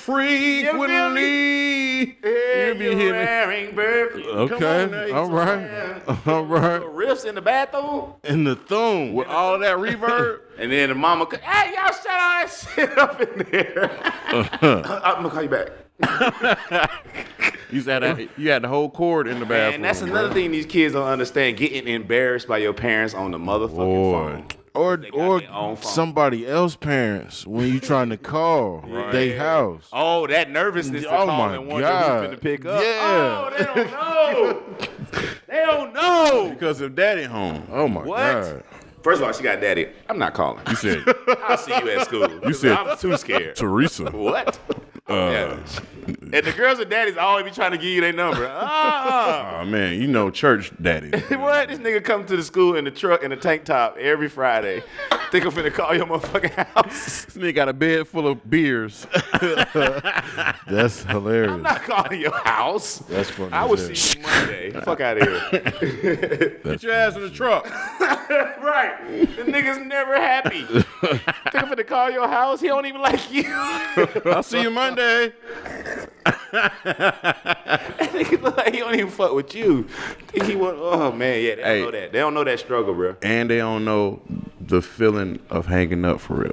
frequently.
Yeah,
You be
you're
hitting-
wearing burberry. Come
Okay,
on now, you
all
some
right,
damn-
[LAUGHS] all right.
little Riffs in the bathroom,
In the thumb.
With all that reverb.
and then the mama, could, hey y'all, shut all that [LAUGHS] shit up in
[LAUGHS]
there. I'm gonna call you back.
[LAUGHS] You had
[LAUGHS]
that, you had the whole chord in the bathroom.
And that's
bro.
another thing these kids don't understand: getting embarrassed by your parents on the motherfucking
Lord.
phone.
Or
They got
or
their own phone.
somebody else parents when you trying to
[LAUGHS]
call they house.
Oh, that nervousness. to
Oh,
call
my
and wonder who's
God.
finna pick up.
Yeah.
Oh, they don't
[LAUGHS]
know. they don't know.
Because of daddy home.
Oh my
What?
god.
First of all, she got daddy. I'm not [LAUGHS] calling.
You said
I'll see you at school. You
said-
I'm too scared.
Teresa.
Uh,
what? [LAUGHS] yeah. And the girls and daddies always be trying to give you
[LAUGHS]
their number. Uh-uh.
Oh man, you know church
[LAUGHS]
daddy.
what? This nigga come to the school in the truck in the tank top every Friday. Think I'm finna call your motherfucking [LAUGHS] house.
This nigga got a bed full of [LAUGHS] beers.
That's [LAUGHS]
I'm
hilarious.
not calling your house.
That's funny.
I
as
will
hell.
see you Monday. Fuck out of here.
Get your ass in the truck.
right. The nigga's never happy. Think I'm finna call your house. He don't even like you. [LAUGHS]
I'll see you Monday.
Nigga look like he don't even fuck with you. Think he want? Oh man, yeah. They don't
Hey.
know that. They don't know that struggle, bro.
And they don't know the feeling of hanging up for real.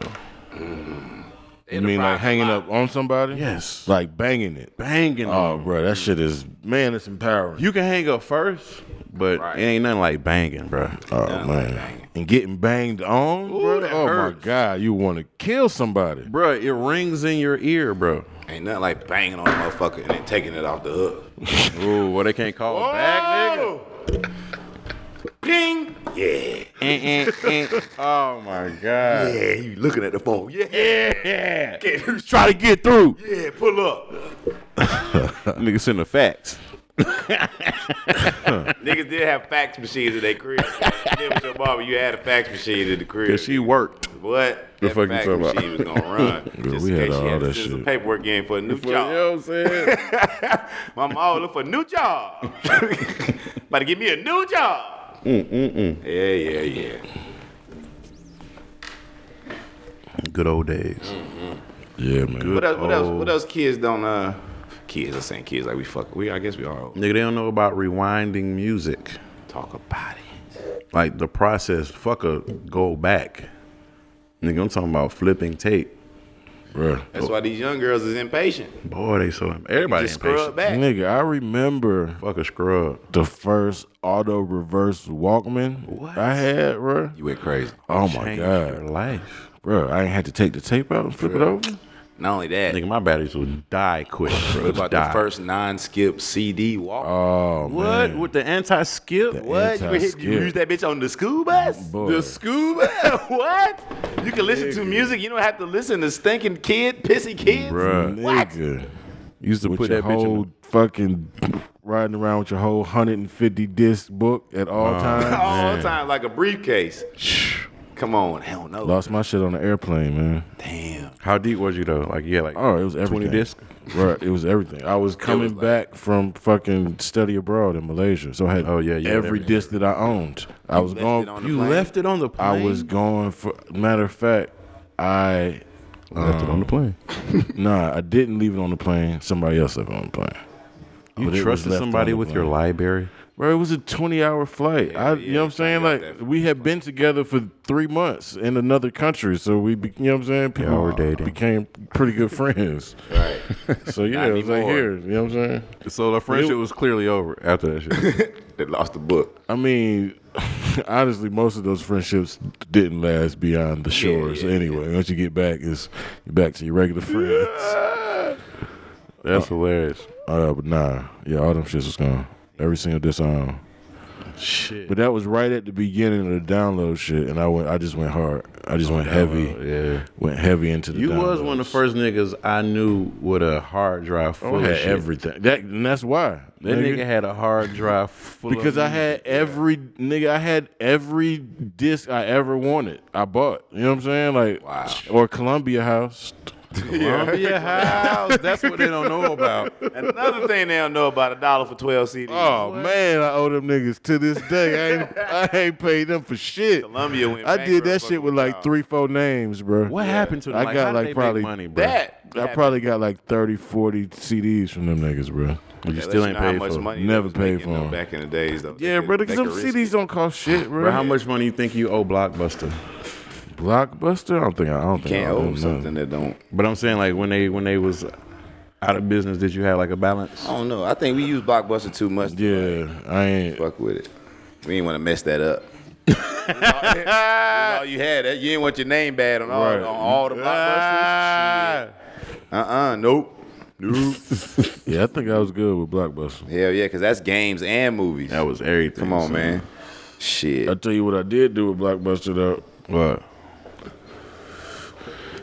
You mean like hanging up on somebody?
Yes. Like
Like banging it.
banging.
Oh,
them.
bro, that shit is man. It's empowering.
You can hang up first, but
Right.
it ain't nothing like banging, bro.
oh man, and getting banged on, bro.
that
Oh
hurts.
my god, you want to kill somebody?
Bro, it rings in your ear, bro.
Ain't nothing like banging on a motherfucker and then taking it off the Oh! hook.
Ooh, well, they can't call it back, [LAUGHS] nigga.
Ping. Yeah.
Eh, Oh my god.
Yeah. You looking at the phone? Yeah.
Yeah.
Yeah.
Try to get through.
Yeah. Pull up.
Nigga send the facts.
Niggas did have fax machines in their crib. You did with your mama, you had a fax machine in the crib.
Cause she worked.
what?
The
that
fuck you
fax
talking about?
machine was gonna run. just
we
in
had
case she
all
had to
that
send some
shit.
paperwork in for a new
You
job.
know what I'm saying?
My mom always look for a new [LAUGHS] job. About to give me a new job. Mm, mm, mm. Yeah, yeah, yeah.
Good old days.
Yeah, man.
What else? What else? What else? Kids don't. uh Kids are saying kids like we fuck. We I guess we are old.
Nigga, they don't know about rewinding music.
talk about it.
Like the process, fucker, go back. Nigga, I'm talking about flipping tape.
Bro.
That's why these young girls is impatient.
Boy, they so everybody
Just scrub
impatient.
back.
Nigga, I remember
Fuck a scrub.
the first auto reverse Walkman
What?
I had, bro.
You went crazy.
Oh my
Changed your
god,
life.
bro! I ain't had to take the tape out and flip it over.
Not only that,
Nigga, my batteries would die quick. Bro.
What about
die.
the first non-skip CD walk?
Oh
What
man,
with the anti-skip?
what? You, would hit, you
anti-skip.
use that bitch on the school bus?
Boy.
The scuba?
[LAUGHS] what? You can listen to music. You don't have to listen to stinking kid, pissy kids.
Bruh.
What?
nigga. Used to
With
put
your
that bitch
whole
whole fucking riding around with your whole hundred and fifty disc book at all times.
All the time, like a briefcase. Come on, hell no.
[LAUGHS] Lost my shit on the airplane, man.
Damn.
How deep was you though? Like yeah, like
Oh, it was everything.
twenty disc.
Right, it was everything. I was coming
like-
back from fucking study abroad in Malaysia, so I had
Oh, yeah, you had
every
everything.
disc that I owned. I was
left it
going.
on the
You
plane?
left it on the
I
plane.
was going for. Matter of fact, I
left it on the plane.
nah, I didn't leave it on the plane. Somebody else left it on the plane.
You
But it was
trusted
left
somebody
on the
with your
plane.
library.
Bro, it was a 20 hour flight. I,
yeah,
you know what I'm saying?
yeah,
Like,
that-
we had been together for three months in another country. So we, be, you know what I'm saying? People
we're dating.
became pretty good friends.
[LAUGHS] Right.
So, yeah,
Not
it was like
anymore.
here. You know what I'm saying?
So the friendship was clearly over after that shit.
they lost
[LAUGHS]
the book.
I mean, honestly, most of those friendships didn't last beyond the shores
yeah,
anyway. Once you get back, it's you're back to your
[LAUGHS]
regular friends.
That's hilarious.
Uh, but nah, yeah, all them shits was gone. Every single disarm.
Shit.
But that was right at the beginning of the download shit, and I went. I just went hard. I just went heavy.
Oh, yeah.
went heavy into the.
You was one of the
downloads.
first niggas I knew with a hard drive full
Oh, I
of
had
shit.
everything. That and that's why.
that
nigga.
nigga had a hard drive full
because
of
I had every nigga. I had every disc I ever wanted. I bought. You know what I'm saying? Like
Wow.
Or Columbia House.
Columbia
[LAUGHS]
House. That's what they don't know about.
Another thing they don't know about a dollar for 12 CDs.
Oh man, I owe them niggas to this day. I ain't, I ain't paid them for shit.
Columbia went
I did that shit
bankrupt fucking
with
y'all.
like three, four names, bro.
What happened to them?
I
Like,
got,
how did
like,
they make
probably
money, bro.
That.
I probably got like 30, 40 CDs from them niggas, bro.
you
That
still
lets
ain't
know how
paid
much
for. it.
money
Never
they was
paid
making,
for
though,
them.
Back in the days, though.
Yeah,
They
bro,
could-
because
they
them
could risk
CDs don't cost shit, bro.
Bro, how much money you think you owe Blockbuster?
Blockbuster? I don't think I, I don't
it.
think
Can't
I owe
owe
them
something
nothing.
that don't.
But I'm saying like when they when they was out of business, did you have like a balance?
I don't know. I think we use Blockbuster too much. to
Yeah, I ain't.
Fuck with it. We ain't want to mess
[LAUGHS]
that up. That's all you had. That- You didn't want your name bad on all,
Right. Ah.
on all the Blockbusters. Uh uh Nope. Nope.
[LAUGHS] Yeah, I think I was good with Blockbuster.
Hell yeah, because that's games and movies.
That was everything.
Come on,
son.
man. Shit.
I tell you what I did do with Blockbuster though.
What?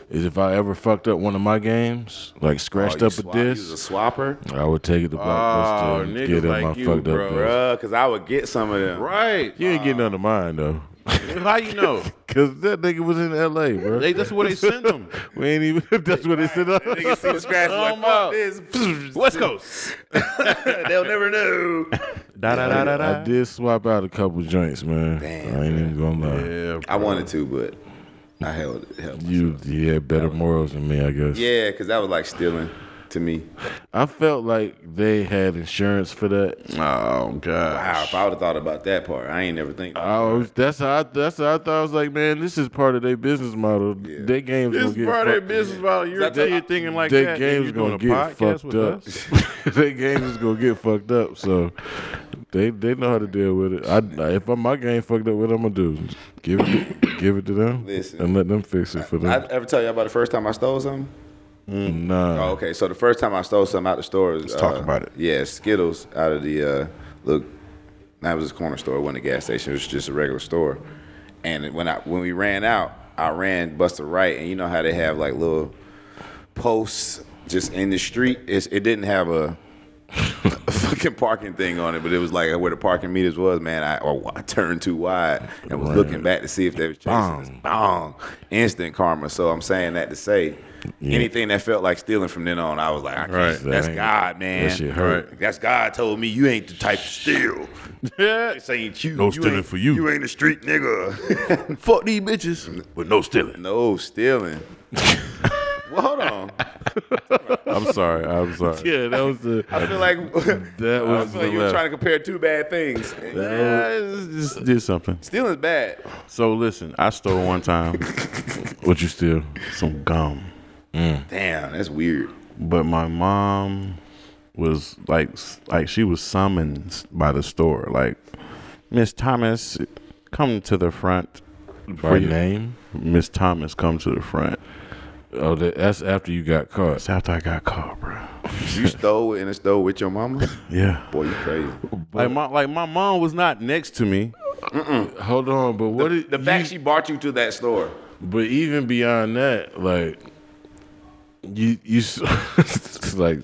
is if I ever fucked up one of my games, like scratched
Oh, you
up a
swap-
disc,
You was a swapper.
I would take it to
Oh,
Blockbuster and
niggas
get in
like
my
you,
fucked
bro.
up. disc.
Bruh, cause I would get some of them.
Right.
You ain't getting none of mine though, [LAUGHS]
How you know?
cause that nigga was in L.A., bro.
They, that's where they send
[LAUGHS]
them.
we ain't even. [LAUGHS] That's what they said.
Niggas see the scratch like,
Come
fuck
on.
this.
West [LAUGHS] Coast.
They'll never know.
Da da da da
I
da.
did swap out a couple joints, man. I ain't even gonna lie.
Yeah.
I wanted to, but I held it. Held myself.
You, you had better morals than me, I guess.
Yeah, cause that was like stealing to me.
I felt like they had insurance for that.
Oh
Wow,
god.
Ah, if I would have thought about that part, I ain't never think.
I was, that's how I, that's how I thought. I was like, man, this is part of their business model.
Yeah.
Their games
This
gonna get
part of their
fucked-
business about you're,
That-
you're thinking like
their
that.
games
and
gonna
you're doing a
get
podcast
fucked
with
up. [LAUGHS]
us. [LAUGHS]
their games is gonna get fucked up. So they they know how to deal with it. I if my game fucked up, what I'm gonna do? Give it to, give it to them
Listen.
and let them fix it for them.
I ever tell you about the first time I stole something?
nah,
Oh, okay. So the first time I stole something out the store is. Let's
talk about it.
Yeah, Skittles out of the uh, look. That was a corner store. It wasn't a gas station. It was just a regular store. And when I when we ran out, I ran Buster right, and you know how they have like little posts just in the street. It's, it didn't have a. a fucking parking thing on it, but it was like where the parking meters was, man. I, I turned too wide and was looking back to see if they was chasing us. Bong, instant karma. So I'm saying that to say, anything that felt like stealing from then on, I was like, I can't,
Right.
that's
That ain't-
God, man.
that shit hurt.
Right. That's God told me you ain't the type to steal.
Yeah.
This ain't you.
No
You
stealing
ain't-
for you.
You ain't a street nigga. [LAUGHS]
Fuck these bitches with no stealing.
[LAUGHS]
no stealing. well, hold on.
I'm sorry. [LAUGHS] I'm sorry.
yeah, that was the
[LAUGHS] I
[LAUGHS]
feel like
that
I
was
feel
the
like you were
left.
trying to compare two bad things.
Yeah, Uh, just, just did something.
Stealing's bad.
So listen, I stole one time [LAUGHS]
what you steal?
some gum,
Damn, that's weird.
but my mom was like, like she was summoned by the store. Like, Miss Thomas, come to the front.
By name?
Miss Thomas, come to the front.
Oh, that, that's after you got caught.
It's after I got caught, bro.
You stole in a store with your mama?
Yeah.
Boy, you
[LAUGHS]
crazy.
Like my like my mom was not next to me. [LAUGHS]
Hold on, but what did
The fact she brought you to that store.
But even beyond that, like you you [LAUGHS] s- it's like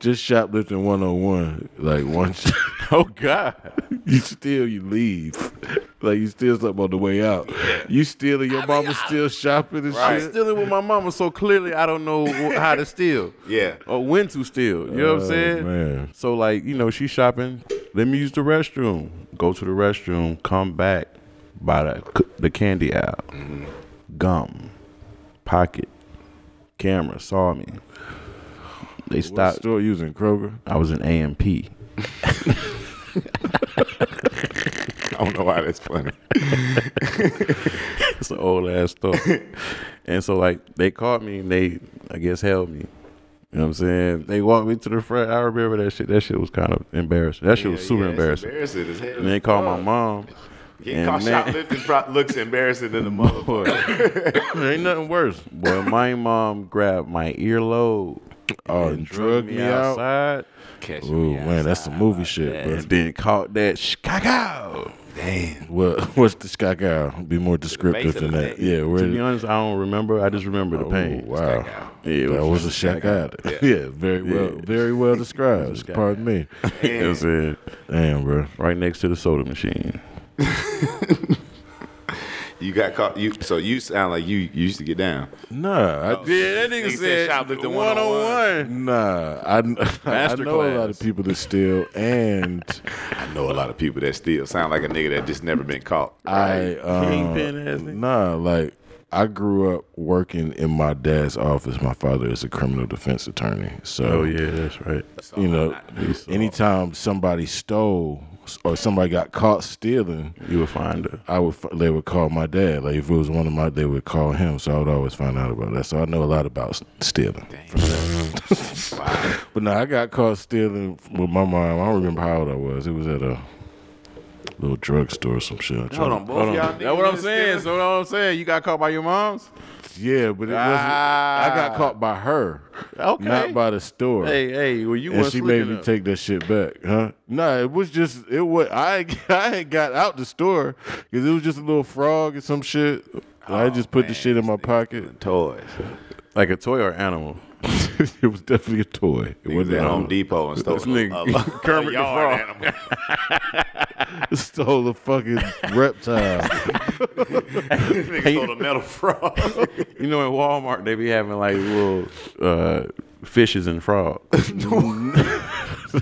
just shoplifting 101 like once
Oh God.
[LAUGHS] you steal you leave [LAUGHS] like you steal something on the way out you steal and your mama still shopping and
Right.
shit
Stealing with my mama, so clearly I don't know wh- how to steal.
Yeah.
or when to steal. You know what I'm
Oh,
saying?
man.
So like, you know, she's shopping. Let me use the restroom. Go to the restroom. Come back. Buy the the candy out.
Mm-hmm.
Gum, pocket, camera saw me. They
What
stopped.
store using Kroger
I was an AMP. I don't know why that's funny. it's an old ass store.
[LAUGHS]
And so like they caught me and they I guess held me. You know what I'm saying? They walked me to the front. I remember that shit. That shit was kind of embarrassing. That shit was super embarrassing.
Embarrassing as hell.
And they called
Oh.
my mom.
Getting
and
caught
man-
shoplifting pro- looks embarrassing than the mother.
Boy, [LAUGHS]
ain't nothing worse
boy, my mom grabbed my earlobe.
oh
and
drug me out,
outside.
Catch
Ooh, man, that's some movie shit, bro. [LAUGHS]
And then caught that Chicago.
Damn.
What, what's the Skakao? Be more descriptive
of
than
the
that.
thing.
Yeah, where
To be honest, I don't remember. I just remember the
Ooh,
pain.
Oh, wow.
Yeah, it
That was a
shack
shack
out.
out. [LAUGHS] Yeah. very well, very well described. Pardon me. [LAUGHS]
[LAUGHS] You know what I'm saying?
Damn, bro.
Right next to the soda machine.
You got caught. You so you sound like you, you used to get down.
Nah, I
Yeah, that
Nigga said said shoplifting one-on-one.
oh
Nah, [LAUGHS] I, I know a lot
Masterclass.
of people that steal, [LAUGHS] and
I know a lot of people that still sound like a nigga that just never been caught.
I um,
Kingpin ass nigga.
nah, like I grew up working in my dad's office. My father is a criminal defense attorney, so
Oh yeah, that's right.
you know, anytime somebody stole or somebody got caught stealing,
You would find her.
I would f- they would call my dad. Like if it was one of my, they would call him. So I would always find out about that. So I know a lot about s- stealing.
[LAUGHS]
but no, I got caught stealing with my mom. I don't remember how old I was. It was at a little drugstore or some shit. I tried-
both of y'all.
That's what I'm saying. So what I'm saying, you got caught by your moms.
Yeah, but it wasn't. I got caught by her,
Ah. Okay.
not by the store.
hey, hey, well you
and
was
she made
looking
me
up.
take that shit back, huh? Nah, it was just [LAUGHS] it was I I had got out the store because it was just a little frog and some shit.
Oh,
I just put the shit in my pocket.
Toys.
Like a toy or animal?
[LAUGHS] it was definitely a toy. It
He was
wasn't
at
an
Home
animal.
Depot and stole
This nigga
a,
Kermit
a
the
yard
Frog.
animal.
"Oh."
[LAUGHS] Stole a fucking reptile.
[LAUGHS]
[LAUGHS]
Nigga stole a metal frog.
You know, in Walmart they be having like little uh, fishes and frogs.
No,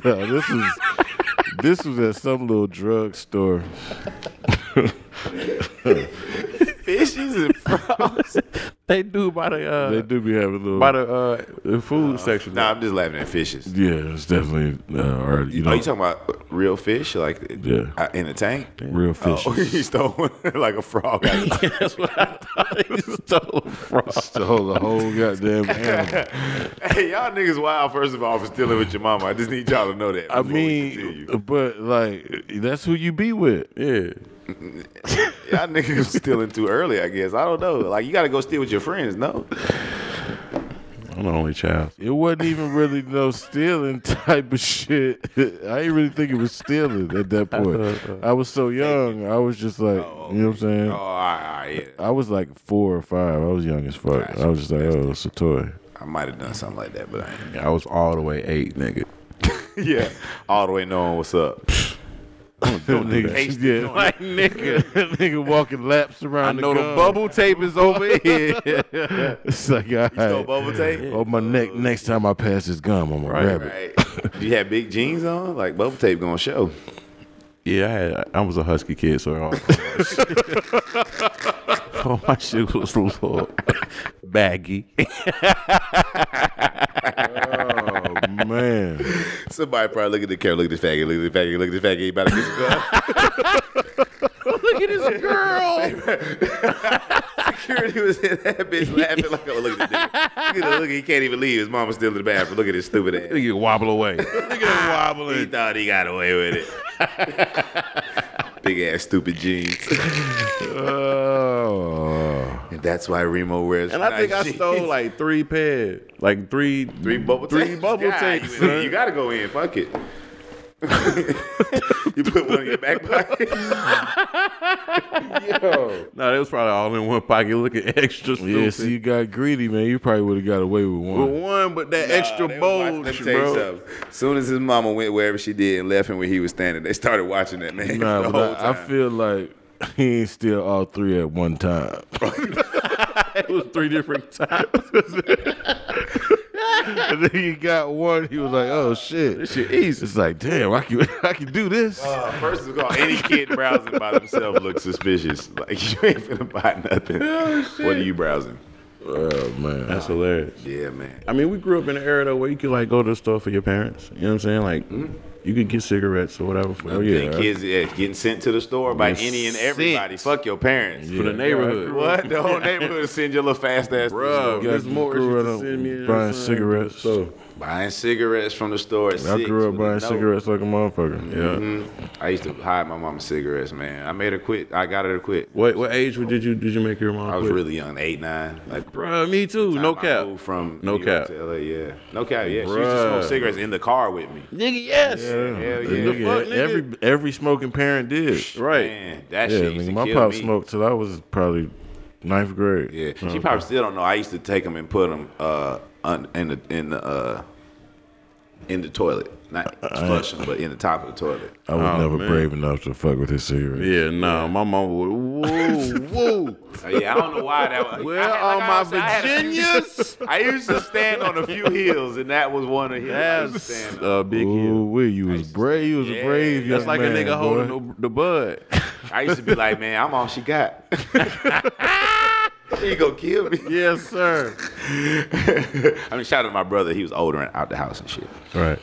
this was this was at some little drug store.
Fishes and frogs.
[LAUGHS] they do by the uh,
They do be having little.
by the, uh, the food section.
nah, I'm just laughing at fishes.
yeah, it's definitely uh, all
Oh,
right. You
Are
know,
you talking about real fish, like
Yeah.
uh, in a tank?
real fish.
Oh, [LAUGHS] he stole one, like a frog. out of the-
[LAUGHS] That's what I thought. He [LAUGHS] stole a frog.
Stole the whole goddamn animal.
hey, y'all niggas wild. First of all, for stealing with your mama, I just need y'all to know that.
I
before we
mean,
continue.
but like that's who you be with.
Yeah.
y'all niggas was stealing too early. I guess I don't know. Like you got to go steal with your friends. No,
I'm the only child.
It wasn't even really no stealing [LAUGHS] type of shit. [LAUGHS] I didn't really think it was stealing at that point. I was so young. I was just like, you know what I'm saying?
oh, all right, all right, yeah.
I was like four or five. I was young as fuck. I was just like, oh, it's a toy.
I might have done something like that, but I ain't.
I was all the way eight, nigga.
yeah, all the way knowing what's up. [LAUGHS]
[LAUGHS] nigga, yeah,
Like, nigga.
[LAUGHS] nigga walking laps around.
I know the
gun.
bubble tape is [LAUGHS] over here.
[LAUGHS] It's like, all
No
right.
bubble tape.
Oh my neck. Next time I pass this gum, I'm gonna grab it.
Right. You had big jeans on, like bubble tape gonna show.
Yeah, I, had, I was a husky kid, so all, all my shit was a little baggy. [LAUGHS]
Oh man,
Somebody probably look at the camera, look at this faggot, look at this faggot, look at this faggot. He about to get some gun.
[LAUGHS] Look at this girl.
[LAUGHS] Security was in that bitch laughing like, oh look at this nigga. Look at look, he can't even leave. His mama's still in the bathroom. Look at his stupid ass.
Nigga wobble away. Nigga
He
wobbling.
thought he got away with it. [LAUGHS] Big ass stupid jeans.
oh,
And that's why Remo wears.
And I think I
nice
stole
jeans.
like three pairs, like three,
three bubble
three
tapes.
bubble
God,
tapes,
You,
son.
you gotta go in. Fuck it. [LAUGHS] you put one in your back pocket.
[LAUGHS]
No, they was probably all in one pocket, looking [LAUGHS] extra stupid.
yeah. See, you got greedy, man. You probably would have got away with
But
one.
one, but that extra
Nah, they was watching
bold,
them tapes
bro.
up. Soon as his mama went wherever she did and left him where he was standing, they started watching that man [LAUGHS]
Nah, [LAUGHS]
the
but
whole
I, I
time.
feel like he ain't steal all three at one [LAUGHS] time.
[LAUGHS] It was three different times.
and then he got one. He was like, oh shit.
This shit easy.
It's like, damn, I can [LAUGHS] I can do this.
Uh, first of all, any kid browsing by themselves looks suspicious. Like [LAUGHS] you ain't finna buy nothing. What are you browsing?
Oh man.
That's hilarious.
Yeah, man.
I mean, we grew up in an era though where you could like go to the store for your parents. You know what I'm saying? Like, you could get cigarettes or whatever for,
Oh, yeah.
Think kids yeah, getting sent to the store by any and everybody. Fuck your parents.
for the neighborhood.
What? The whole neighborhood send your little fast ass. to the
Bro,
store.
Yeah,
Miss
you
Morris
grew
used to
up
send me
buying
son,
cigarettes.
So
Buying cigarettes from the store at
I
six
grew up
with a
buying
note.
cigarettes like a motherfucker.
yeah.
I used to hide my mama's cigarettes, man. I made her quit. I got her to quit.
What what age did you did you make your mom?
I was
quit?
really young, eight, nine. Like,
Bruh, me too. No
I
cap.
moved from
No
New York
cap.
to LA, yeah. No cap, yeah. She used to
Bruh.
smoke cigarettes in the car with me.
Nigga, yes.
Hell
And
yeah.
look at
Fuck, nigga.
every every smoking parent did.
Right.
Man, that
Yeah,
shit used
nigga,
to
my
kill
pop
me.
smoked till I was probably ninth grade.
Yeah, she
Uh-huh.
probably still don't know. I used to take them and put them uh, un, in the in the uh, in the toilet, not
Uh-uh.
flush 'em, but in the top of the toilet.
I was
Oh,
never
man.
brave enough to fuck with his cigarette.
Yeah, nah, my mama would. Whoa, whoa.
So, Uh, yeah, I don't know why that was.
Where
I had-
are
like I
my
said, I had a few-
Virginias?
[LAUGHS] I used to stand on a few hills, and that was one of the hills.
[LAUGHS]
I used to
That's
stand on.
a Uh, big heel.
Ooh, wee, you was brave. You was a brave young
That's like
man,
a
boy.
nigga holding the, the bud.
I used to be like, man, I'm all she got. [LAUGHS] she gonna kill me.
yes, sir.
I mean, shout out to my brother. He was older and out the house and shit.
Right.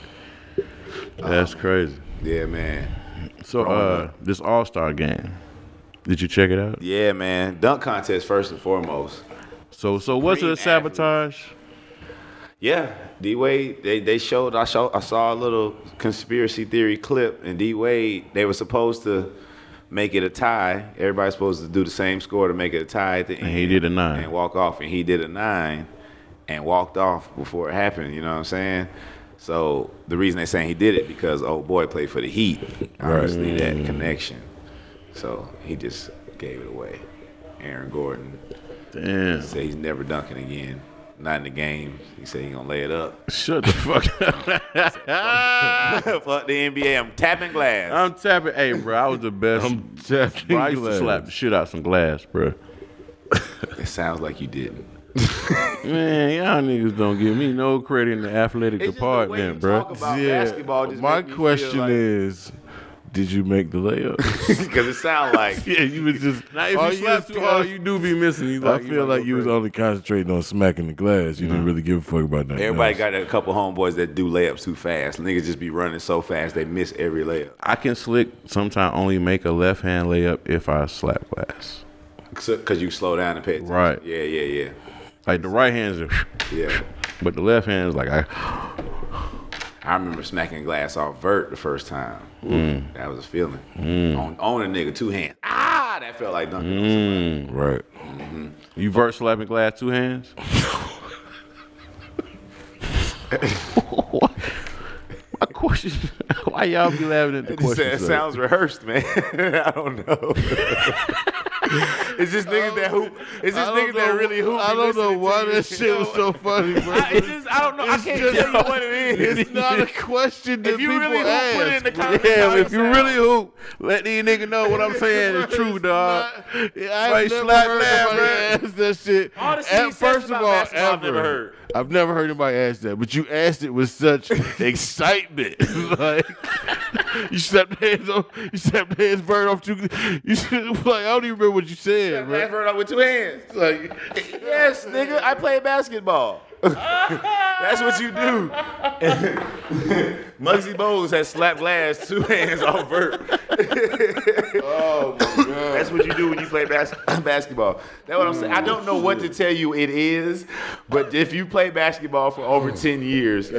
That's crazy.
Yeah, man.
So, uh, this All Star game, did you check it out?
Yeah, man. Dunk contest first and foremost.
So, so was it
Supreme
a sabotage?
Yeah, D Wade. They they showed. I show. I saw a little conspiracy theory clip, and D Wade. They were supposed to make it a tie. Everybody's supposed to do the same score to make it a tie at the end.
he did a nine.
And walk off, and he did a nine, and walked off before it happened. You know what I'm saying? So the reason they saying he did it because old boy played for the Heat. Obviously that connection. So he just gave it away. Aaron Gordon.
Damn.
Said he's never dunking again. Not in the game. He said he gonna lay it up.
Shut the fuck up.
[LAUGHS] Fuck the NBA. I'm tapping glass.
[LAUGHS] I'm tapping. Hey, bro, I was the best.
[LAUGHS] I'm
[LAUGHS]
tapping
bro, I used
glass.
to slap the shit out some glass, bro.
it sounds like you [LAUGHS] didn't.
Man, y'all niggas don't give me no credit in the athletic department, bro.
Yeah. My question is, did you make the layup?
[LAUGHS] because it sounds [LAUGHS] like
yeah, you was just.
Now, if
all
you
you
slap
was
too hard,
con-
you do be missing. You
I
like,
feel like you was only concentrating on smacking the glass. You didn't really give a fuck about nothing.
everybody
else.
got a couple homeboys that do layups too fast. Niggas just be running so fast they miss every layup.
I can slick sometimes only make a left hand layup if I slap glass.
Because you slow down and pay attention.
Right.
Yeah, yeah,
Like the right hand's, are, [LAUGHS]
yeah. Yeah.
but the left hand is like I.
I remember smacking glass off vert the first time.
Mm.
That was a feeling. On, on a nigga, two hands. Ah, that felt like dunking. on
Mm.
somebody.
right.
You vert slapping glass two hands? [LAUGHS] My question. [LAUGHS] Why y'all be laughing at the
He said,
question?
it
sir?
sounds rehearsed, man. I don't know. [LAUGHS] it's just niggas that hoop. It's just niggas that really hoop.
I
be
don't know
listening to
why
you.
that
[LAUGHS]
shit was so funny, bro.
I, it's just, I don't know. I can't tell [LAUGHS] you what it is.
[LAUGHS] It's not a question that
If you
people
really hoop,
ask.
put it in the comments.
Yeah,
how
if
it
you
sounds.
really hoop, let these niggas know what
[LAUGHS]
I'm saying is true, dog.
I
Like,
never
slap
heard
laugh,
nobody ask that shit.
All the shit
At-
he says
first of
about
all,
basketball,
ever.
I've never heard.
I've never heard anybody ask that, but you asked it with such excitement. [LAUGHS] like you slapped hands off, you slapped hands bird off two. You [LAUGHS] said, like I don't even remember what you said,
Last
bro.
round up with two [LAUGHS] hands.
Like
Yes, nigga, I play basketball. [LAUGHS] That's what you do. [LAUGHS] Muggsy Bowles has slapped glass two hands off vert.
oh my
Uh.
god.
That's what you do when you play bas- [COUGHS] basketball. That's what I'm saying. I don't know what to tell you it is, but if you play basketball for over 10 years,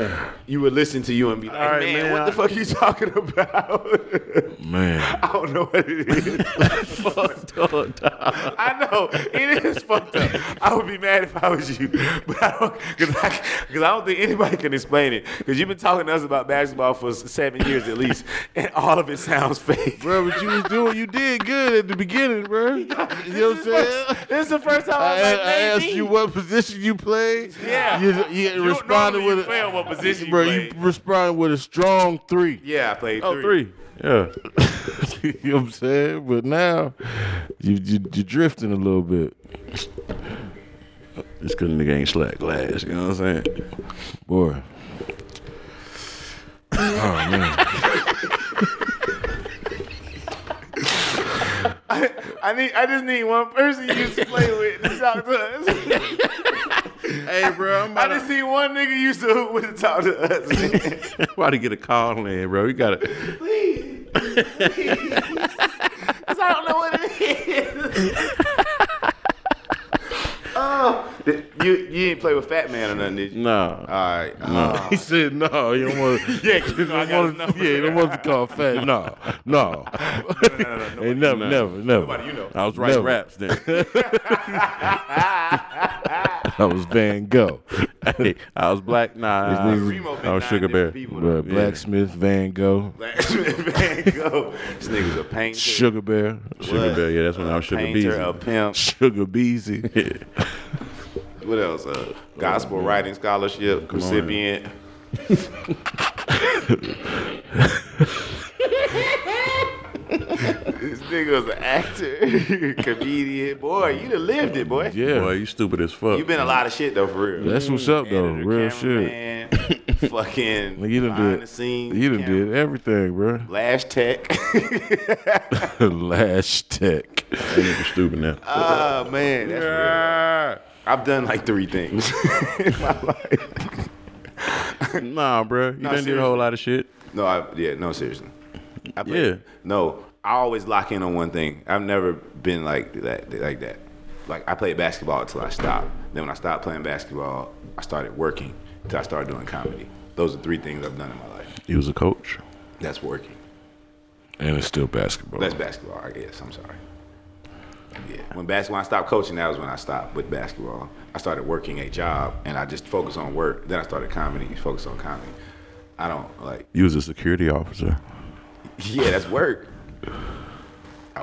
you would listen to you and be like,
Mm. right,
man,
man,
what the
I-
fuck you talking [LAUGHS] about?
Man,
[LAUGHS] I don't know what it is.
[LAUGHS]
I know it is fucked up. I would be mad if I was you, [LAUGHS] but I don't because I, 'cause I don't think anybody can explain it. Because you've been talking to us about basketball for s- seven years at least, and all of it sounds fake.
bro, what you was doing, you did good at the beginning, bro.
[LAUGHS]
You know what I'm saying?
This is the first time I,
I,
was like,
I asked
"Maybe."
you what position you played.
Yeah.
you, you
You
responded
normally
with a,
fail what position you
bro.
played.
responded with a strong three.
Yeah, I played
Oh, three. Yeah.
[LAUGHS] you know what I'm saying? But now you, you you're drifting a little bit.
It's because nigga ain't slack glass. You know what I'm saying?
Boy.
I need. I just need one person you used to play with to talk to us.
Hey, bro, [LAUGHS] I'm
I just need one nigga you used to hoop with to talk to us. Man.
about to get a call in, bro. You got to.
Please, please. 'Cause I don't know what it is. oh, Th- you you didn't play with Fat Man or nothing, did you?
Nah.
All right.
No.
He said, "No, you don't want." [LAUGHS] to
Yeah, 'cause you know I got his number.
yeah, you don't want to call fat. No, no,
No, no,
[LAUGHS]
no,
Ain't never, never, never.
nobody, you know.
I was writing
Never.
raps then. [LAUGHS]
I was Van Gogh,
hey, I was black. Nah. I
This
was,
nigga-
Primo been
I was
nine
oh, Sugar
different
Bear.
people,
bro.
though.
Blacksmith, Van Gogh,
[LAUGHS] Van Gogh. This nigga's a painter.
Sugar Bear,
Sugar Bear. Yeah, that's when I was Sugar
painter, a
Beezy.
pimp.
Sugar Beezy.
What else? Uh, gospel writing scholarship recipient. this nigga was an actor, [LAUGHS] comedian. Boy, you done lived it, boy.
Yeah,
Boy, you stupid as fuck.
You been a lot of shit though, for real.
that's what's up though.
Editor,
Real shit. [LAUGHS]
cameraman, fucking
Like, you done
behind
did-
the scenes.
You done
camera-
did everything, bro.
Lash
[LAUGHS]
Tech. [LAUGHS]
Lash Tech.
That nigga stupid now.
[LAUGHS] oh man, that's real. I've done like three things.
Nah, bro. You done did a whole
seriously.
lot of shit.
No, I yeah, no, seriously. I play,
Yeah.
No, I always lock in on one thing. I've never been like that, like that. Like I played basketball until I stopped. Then when I stopped playing basketball, I started working until I started doing comedy. Those are three things I've done in my life.
You was a coach.
That's working.
And it's still basketball.
That's basketball, I guess. I'm sorry. Yeah. When basketball, when I stopped coaching. That was when I stopped with basketball. I started working a job, and I just focused on work. Then I started comedy. Focused on comedy. I don't like. [LAUGHS]
You was a security officer.
Yeah, that's work. I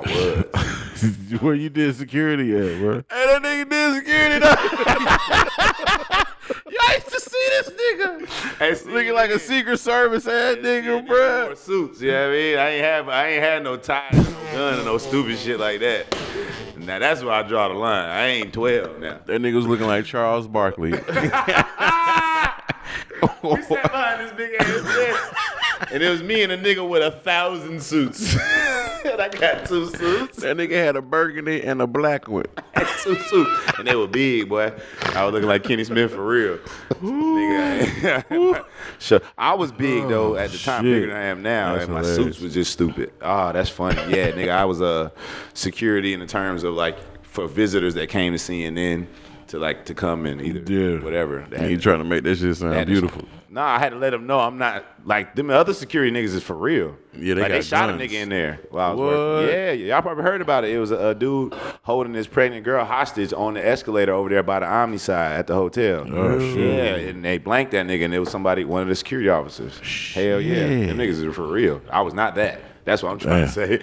[LAUGHS]
was.
Where you did security at, bro?
Hey, that nigga did security though. [LAUGHS] Y'all used to see this nigga. Hey,
Looking like a Secret Service ass nigga, bro.
Wore suits, you know what I mean? I ain't have I ain't had no ties, no gun, and no stupid shit like that. Now that's where I draw the line. I ain't 12 [LAUGHS] now.
That nigga was looking like Charles Barkley.
We sat behind this big ass desk, and it was me and a nigga with a thousand suits. [LAUGHS] and I got two suits.
That nigga had a burgundy and a black one.
I had two suits. And they were big, boy. I was looking like Kenny Smith for real. nigga. [LAUGHS] I- sure. I was big though at the time,
Oh, shit.
bigger than I am now.
That's
and my
hilarious.
suits was just stupid. Ah, that's funny. Yeah, nigga, I was uh security in the terms of like for visitors that came to CNN to like to come and either
Yeah.
whatever. They had
And you trying to make that shit sound
had to-
beautiful.
Nah, I had to let them know I'm not like them other security niggas is for real.
Yeah, they
like, they
got
shot
guns.
a nigga in there. While I was
What?
working. Yeah, yeah, y'all probably heard about it. It was a, a dude holding this pregnant girl hostage on the escalator over there by the Omni side at the hotel.
Oh, shit.
Yeah, and they blanked that nigga, and it was somebody, one of the security officers. Hell yeah, them niggas is for real. I was not that. That's what I'm trying to say.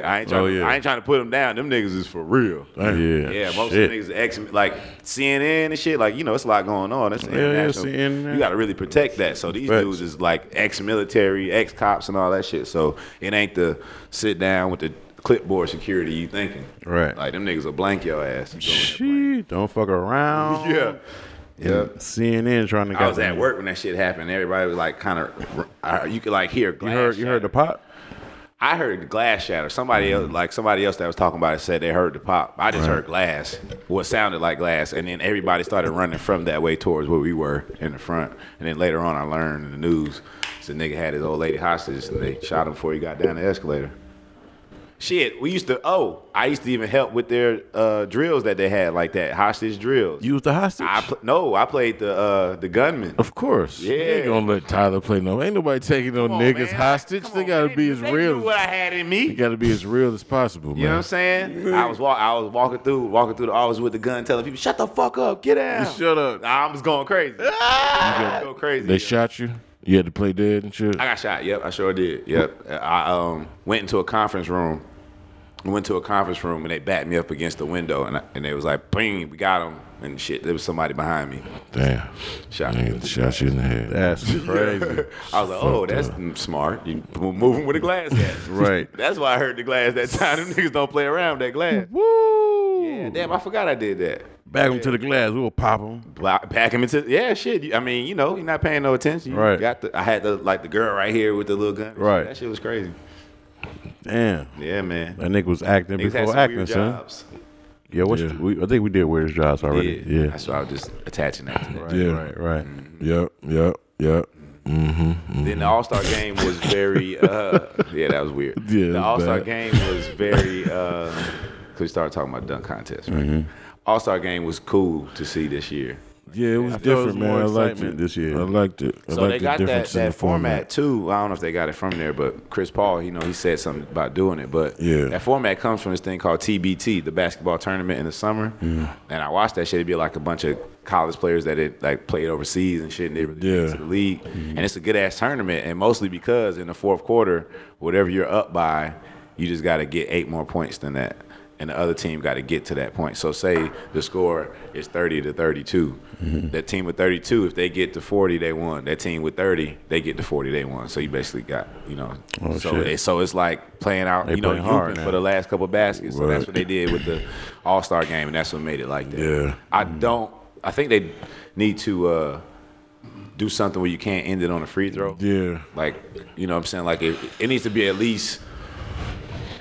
[LAUGHS] I ain't trying.
Oh,
to,
yeah.
I ain't trying to put them down. Them niggas is for real.
Yeah,
Yeah, most
shit.
of the niggas ex like CNN and shit. Like you know, it's a lot going on. That's
yeah,
international.
CNN.
You got to really protect that. So these
Facts.
dudes is like ex-military, ex-cops, and all that shit. So it ain't the sit down with the clipboard security you thinking.
Right.
Like them niggas will blank your ass.
[LAUGHS]
You go in
Shit, don't fuck
there
around.
blank. yeah. Yeah.
CNN trying to.
I was at
goddamn-
work when that shit happened. Everybody was like, kind of, you could like hear.
You
glass
heard? You heard the
shatter.
pop?
I heard glass shatter. Somebody
Mm.
else, like somebody else that was talking about it, said they heard the pop. I just heard glass, what sounded like glass, and then everybody started running from that way towards where we were in the front. And then later on, I learned in the news, the nigga had his old lady hostage, and they shot him before he got down the escalator. Shit, we used to. Oh, I used to even help with their uh, drills that they had, like that hostage drills.
You was the hostage.
I pl- no, I played the uh, the gunman.
Of course. You ain't
Yeah.
gonna let Tyler play no. Ain't nobody taking no
Come on,
niggas
man.
hostage.
Come
They
on,
gotta
man.
be as
They
real.
knew what I had in me.
you gotta be as real as possible,
You know what I'm
man.
saying? I was walk, I was walking through, walking through the office with the gun, telling people, "Shut the fuck up, get out."
Shut up.
Oh. I was going [LAUGHS] crazy. I was going crazy.
They shot you. You had to play dead and shit.
I got shot. Yep, I sure did. Yep, I um went into a conference room. Went to a conference room and they backed me up against the window and I, and they was like, "Bing, we got him." And shit, there was somebody behind me.
Damn.
Shot. me.
Nigga shot you in the head.
[LAUGHS]
That's crazy.
I was like, "Oh, that's mm, smart. You moving with a glass hat." [LAUGHS]
right.
That's why I heard the glass that time. Them niggas don't play around with that glass.
Woo!
Yeah, damn, I forgot I did that.
Back him to the glass. We'll pop him.
Block- pack him into yeah shit. You- I mean, you know, you're not paying no attention. You
Right.
Got the I had the like the girl right here with the little gun.
Right.
That shit was crazy.
Damn.
Yeah, man.
That nigga was acting
Niggas had
before
some
acting,
weird
son.
jobs.
Yeah, what's
Yeah.
We, I think we did weirdest jobs already.
Yeah. Mm.
Yeah.
That's why I was just attaching that. To that.
Right,
Yeah.
right, right.
Yep. Yep. Yep.
Then the All Star game was very. Uh, yeah, that was weird.
Yeah, it was
the All Star
bad.
game was very. Because we started talking about dunk contests. Right?
Mm-hmm.
All Star game was cool to see this year.
Yeah, it was
I thought it
different,
was
man.
more
I liked it
excitement this year.
I liked it. I
So
liked
they
the
got that,
difference in
that
the format.
format too. I don't know if they got it from there, but Chris Paul, you know, he said something about doing it. But
Yeah.
that format comes from this thing called TBT, the basketball tournament in the summer.
Mm.
And I watched that shit. It'd be like a bunch of college players that had like played overseas and shit, and they really
Yeah.
yeah. to the league.
Mm-hmm.
And it's a good ass tournament, and mostly because in the fourth quarter, whatever you're up by, you just got to get eight more points than that. And the other team got to get to that point. So say the score is 30 to 32.
Mm-hmm.
That team with 32, if they get to 40, they won. That team with 30, they get to 40, they won. So you basically got, you know,
Oh,
so
shit.
it- so it's like playing out,
They
you know,
playing hard
hooping
now.
for the last couple baskets. So
Right.
that's what they did with the All Star game, and that's what made it like that.
Yeah.
I don't. I think they need to uh, do something where you can't end it on a free throw.
Yeah.
Like, you know what I'm saying? Like, it, it needs to be at least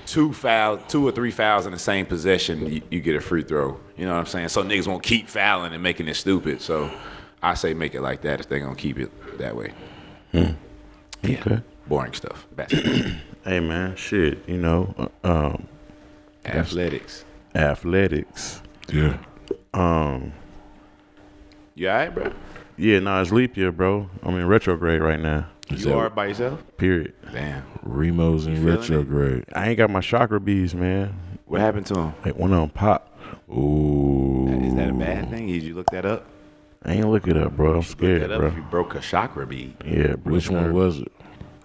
two fouls, two or three fouls in the same possession, you, you get a free throw. You know what I'm saying? So niggas won't keep fouling and making it stupid. So I say make it like that if they're going to keep it that way. Yeah.
Hmm. Okay.
Boring stuff. Basketball.
Hey, man. Shit. You know, uh, um,
Athletics.
athletics.
Yeah.
You all right, bro?
Yeah, nah, it's leap year, bro. I'm in retrograde right now.
You are by yourself?
Period.
Damn.
Remo's in
feeling it?
retrograde.
I ain't got my chakra bees, man.
What happened to him?
Like one of them pop.
Ooh.
Is that a bad thing? Did you look that up?
I ain't look it up, bro. I'm
Look
scared,
that up
bro.
if you broke a chakra bead.
Yeah, bro.
Which one was it?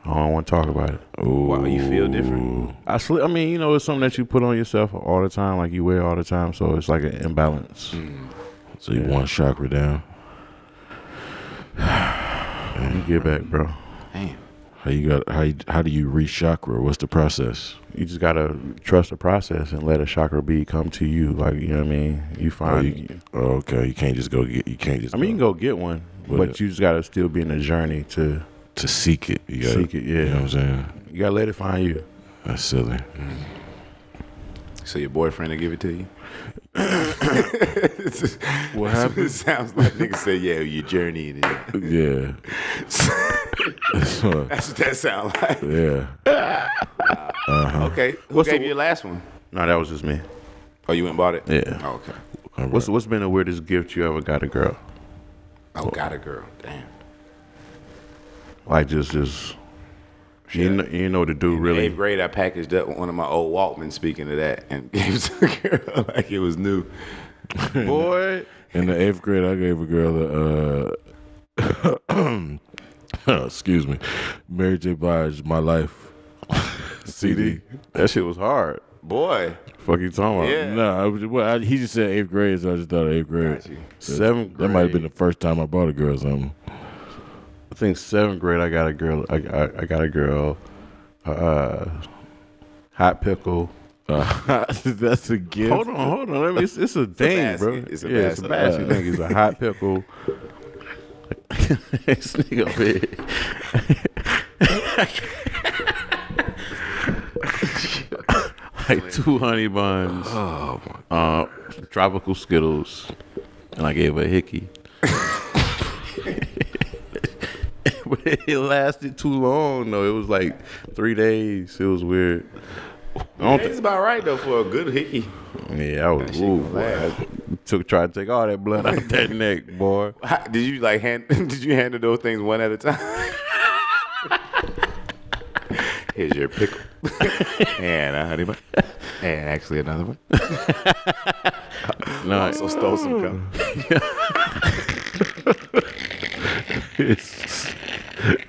I don't want to talk about it.
Wow, you feel different.
I sleep. I mean, you know, it's something that you put on yourself all the time, like you wear all the time. So it's like an imbalance.
Mm-hmm. So you one chakra down.
You get back, bro.
Damn.
How you got? How you, how do you re chakra? What's the process?
You just gotta trust the process and let a chakra be come to you. Like you know what I mean. You
Oh,
find.
you, oh, okay. You can't just go get. You can't just.
I mean, you can go get one,
But-
but you just gotta still be in the journey to.
to seek it. You gotta,
Seek it, yeah.
You know what I'm saying?
You gotta let it find you.
That's silly.
So your boyfriend will give it to you?
What
It [LAUGHS] sounds like niggas say, yeah, your journey.
[LAUGHS]
And it.
yeah. So,
That's what that sound
[LAUGHS]
like.
yeah.
Okay. Who
What's
gave
the-
you your last one?
No, that was just me.
Oh, you went and bought it?
Yeah.
Oh, okay.
What's what's been the weirdest gift you ever got a girl?
Oh, got a girl. Damn.
Like just just. You
Shit.
know, you know what to do,
Really?
really.
Eighth grade, I packaged up one of my old Walkman. Speaking of that, and [LAUGHS] gave it to a girl [LAUGHS] like it was new.
Boy,
In the eighth grade, I gave a girl a. Uh, [COUGHS] excuse me, Mary J. Blige, My Life [LAUGHS] CD.
that shit was hard.
Boy,
Fuck you talking about?
Yeah.
No, I was, well, I, he just said eighth grade, so I just thought eighth grade.
Got you.
Seventh
That
grade.
might have been the first time I bought a girl something.
I think seventh grade. I got a girl. I I, I got a girl. Uh, hot pickle.
Uh, [LAUGHS] that's a gift.
Hold on, hold on. Let me, it's, it's a thing, bro.
basket. It's a
yeah, it's a
basket. Uh.
basket thing. It's a hot pickle.
[LAUGHS]
this nigga big. like two honey buns,
oh
uh, tropical Skittles, and I gave her a hickey. [LAUGHS] but it lasted too long though. It was like three days. It was weird. I don't thi-
it's about right though for a good hickey.
yeah, I was.
shit
Ooh,
gonna
boy,
last.
I took tried to take all that blood
[LAUGHS]
out that neck, boy.
How, did you like hand? [LAUGHS] Did you handle those things one at a time? Here's your pickle, [LAUGHS] and a honey bun, and actually another one.
No, [LAUGHS]
So stole some [LAUGHS] cum.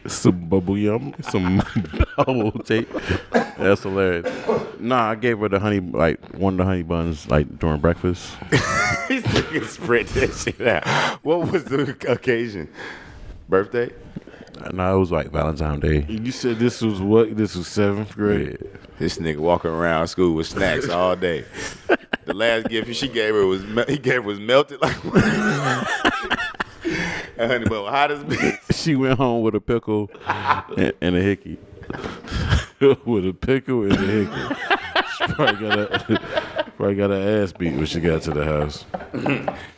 Some bubble yum.
some [LAUGHS] bubble tape. That's hilarious. Nah, I gave her the honey, like one of the honey buns, like during breakfast.
These niggas spread that shit out. What was the occasion? Birthday?
No, it was like Valentine's Day.
You said this was what? This was seventh grade.
This nigga walking around school with snacks all day. The last gift she gave her was mel- he gave her was melted like [LAUGHS] a honey bun, was hot as bitch.
[LAUGHS] She went home with a
[LAUGHS]
pickle and, and a hickey.
with a pickle and a hickey. She probably got a probably got her ass beat when she got to the house.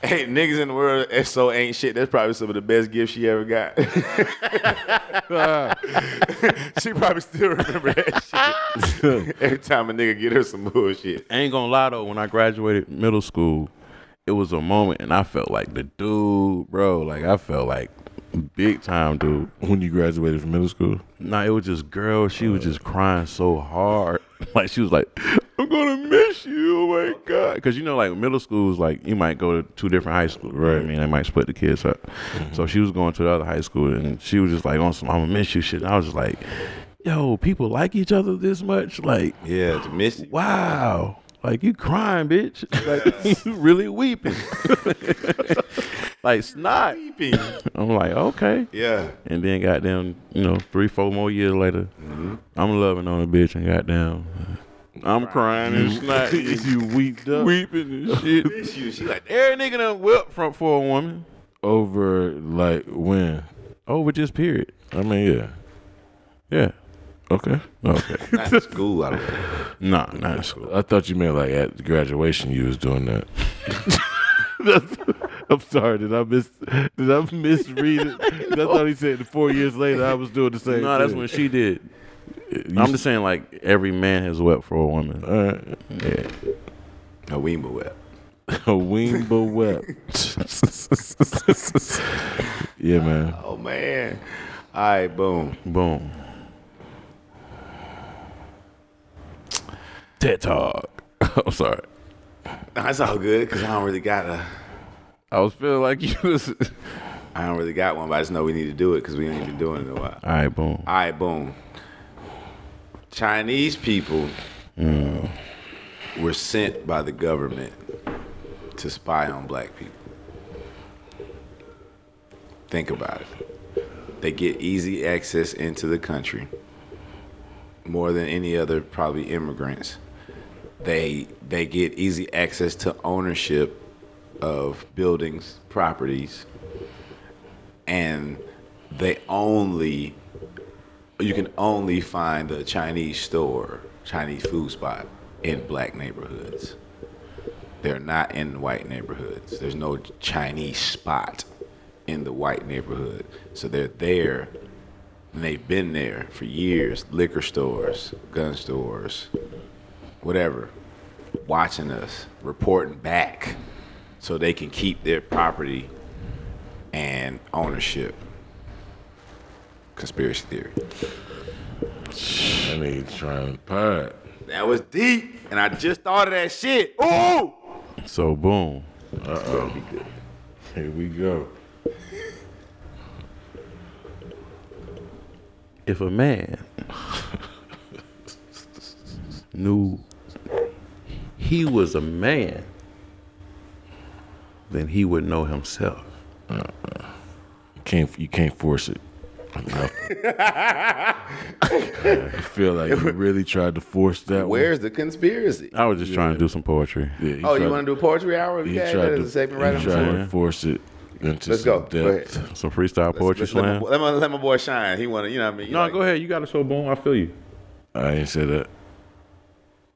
Hey, niggas in the world, that's so ain't shit. That's probably some of the best gifts she ever got. [LAUGHS] she probably still remember that shit. [LAUGHS] Every time a nigga get her some bullshit.
ain't gonna lie though, when I graduated middle school, it was a moment, and I felt like the dude, bro. Like I felt like big time dude.
[LAUGHS] When you graduated from middle school,
Nah, it was just girl. She was just crying so hard. [LAUGHS] Like she was like, "I'm gonna miss you." Oh my god! Because you know, like middle school is like you might go to two different high schools. Right. I mean, they might split the kids up. So she was going to the other high school, and she was just like on some "I'm gonna miss you" shit. And I was just like, "Yo, people like each other this much? Like,
Yeah, to miss you.
wow." Like you crying, bitch. Like [LAUGHS] you really weeping. like snot.
Weeping.
I'm like, okay.
Yeah.
And then goddamn, you know, three, four more years later,
Mm-hmm.
I'm loving on a bitch and goddamn, I'm crying and snot,
you [LAUGHS] weeped up
weeping and shit.
Miss you. She like, damn.
Every nigga done whipped from for a woman
over like when?
over just period.
I mean, yeah.
Yeah.
Okay.
Okay.
Not in school, I don't think.
nah, not in school.
I thought you meant like at graduation you was doing that. That's- [LAUGHS] I'm sorry. Did I miss? Did I misread [LAUGHS] it? 'Cause I thought he said four years later I was doing the same.
No, that's
thing.
when she did.
You Uh,
I'm just saying, like every man has wept for a woman.
All right.
Yeah.
No, we ain't but well.
[LAUGHS] A Weemba wept. yeah, man.
Oh man. All right, boom.
Boom. TED Talk. [LAUGHS] I'm sorry.
That's all good because I don't really got a.
I was feeling like you was.
I don't really got one, but I just know we need to do it because we ain't been doing it in a while.
All right, boom.
All right, boom. Chinese people were sent by the government to spy on black people. Think about it. They get easy access into the country more than any other probably immigrants. They they get easy access to ownership of buildings, properties, and they only you can only find a Chinese store, Chinese food spot in black neighborhoods. They're not in white neighborhoods. There's no Chinese spot in the white neighborhood. So they're there and they've been there for years liquor stores, gun stores, whatever, watching us, reporting back so they can keep their property and ownership. Conspiracy theory.
That nigga trying to pod.
That was deep, and I just thought of that shit. Ooh!
So boom.
Here we go.
if a man knew he was a man, then he would know himself.
You can't you can't force it. No. I feel like you really tried to force that.
Where's the conspiracy?
I was just trying to do some poetry.
One. Yeah, he
Oh,
tried-
you want to do a poetry hour?
He
Yeah,
tried
that is
to,
a segment
he
right
tried
on
to force it into
Let's
some
go. Go ahead.
depth.
Some freestyle poetry
Let's let, my,
slam.
let, my, let my boy shine. He want to, you know what I mean? You
No,
like-
go ahead. You got it. So boom. I feel you.
I ain't say that.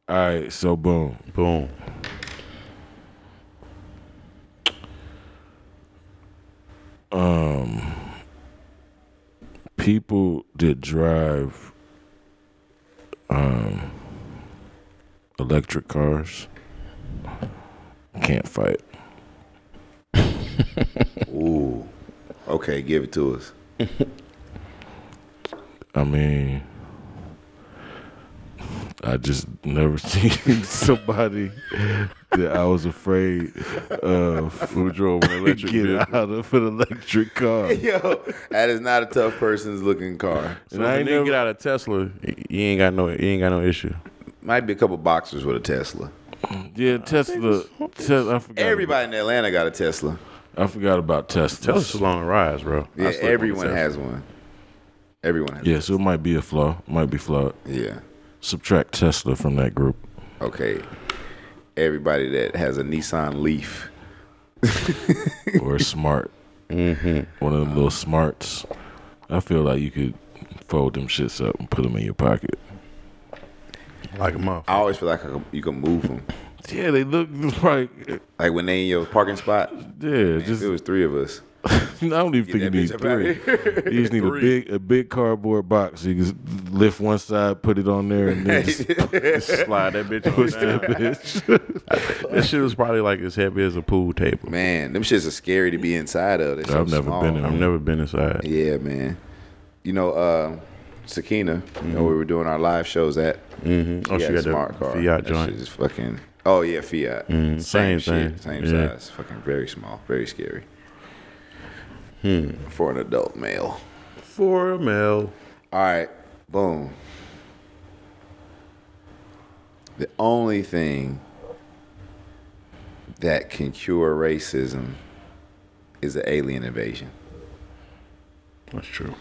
All right, so boom.
Boom.
People that drive um, electric cars can't fight.
Ooh. Okay, give it to us.
I mean, I just never [LAUGHS] seen somebody that I was afraid of
Who drove an
[LAUGHS]
electric
get
vehicle?
out of an electric car.
Yo, [LAUGHS] that is not a tough person's looking car.
So
And I
if a
ain't
nigga
never-
get out of Tesla, you ain't got no, you ain't got no issue.
Might be a couple boxers with a Tesla.
Yeah, Tesla. Tesla I forgot.
Everybody in Atlanta got a Tesla.
I forgot about Tesla.
Tesla's on the rise, bro. I
Yeah,
slept on the
everyone
Tesla.
has one. Everyone has.
Yeah, so it might be a flaw. Might be flawed.
Yeah.
Subtract Tesla from that group.
Okay. Everybody that has a Nissan Leaf.
[LAUGHS] Or smart. mm-hmm. One of them little smarts. I feel like you could fold them shits up and put them in your pocket.
like a month.
I always feel like I can- you can move them.
Yeah, they look like
Like when they in your parking spot.
yeah.
If
Just
it was three of us.
[LAUGHS] I don't even
Get
think you need
that bitch
three.
up out of here.
You just need a big a big cardboard box. You can s- lift one side, put it on there, and then [LAUGHS] just
Slide [LAUGHS]
[LAUGHS]
that bitch on
that
down.
bitch.
That shit was probably like as heavy as a pool table.
Man, them shits are scary to be inside of. They're so
I've never
small.
been in
I've never been inside.
Yeah, man. You know, uh, Sakina, you know where we were doing our live shows at.
Mm-hmm. Oh, she
Yeah,
got
smart
the
car.
Fiat
That
joint.
shit is fucking. Oh yeah, Fiat.
same thing.
Shit, same
Yeah.
size. Fucking very small. Very scary. Hmm. For an adult male.
For a male.
All right. Boom. The only thing that can cure racism is an alien invasion.
That's true.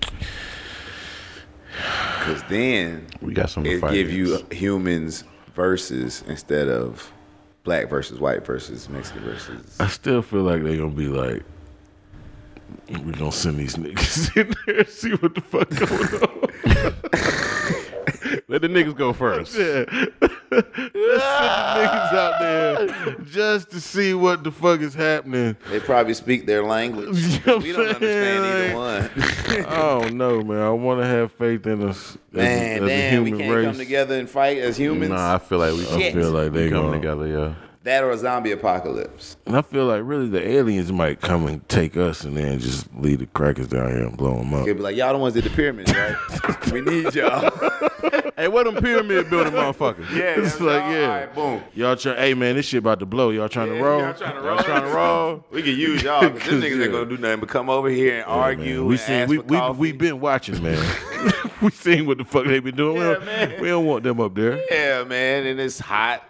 Because then
We got some to
it
fight.
give you
against.
humans versus instead of black versus white versus Mexican versus.
I still feel like they're gonna be like, we're gonna send these niggas [LAUGHS] in there and see what the fuck going on.
Let the niggas
[LAUGHS]
go first.
Yeah. Let's send the [LAUGHS] niggas out there just to see what the fuck is happening.
They probably speak their language.
[LAUGHS] You know what
we don't
I'm
understand either
saying?
one.
I don't know, man. I want to have faith in us as,
Man,
as a
damn, we
human
can't
race.
come together and fight as humans.
Nah, I feel like we
I feel like they
we come
going
together, yeah.
That or a zombie apocalypse.
And I feel like really the aliens might come and take us and then just leave the crackers down here and blow them up.
[LAUGHS] They'd be like, y'all the ones did the pyramids, right? we need y'all.
Hey, what them pyramid building [LAUGHS] motherfuckers?
Yeah,
[LAUGHS] It's
that's
like,
all
yeah.
right, boom.
Y'all trying? Hey man, this shit about to blow. Y'all trying to roll?
Y'all trying to roll.
Trying
[LAUGHS]
to roll.
We can use y'all.
[LAUGHS]
'cause This
'Cause,
niggas
yeah.
ain't gonna do nothing but come over here and argue.
we
and
seen
ask
we
for
we
coffee.
we been watching, [LAUGHS] man. we seen what the fuck they been doing. we,
Yeah,
don't,
man.
we don't want them up
[LAUGHS]
there.
Yeah, man, and it's hot.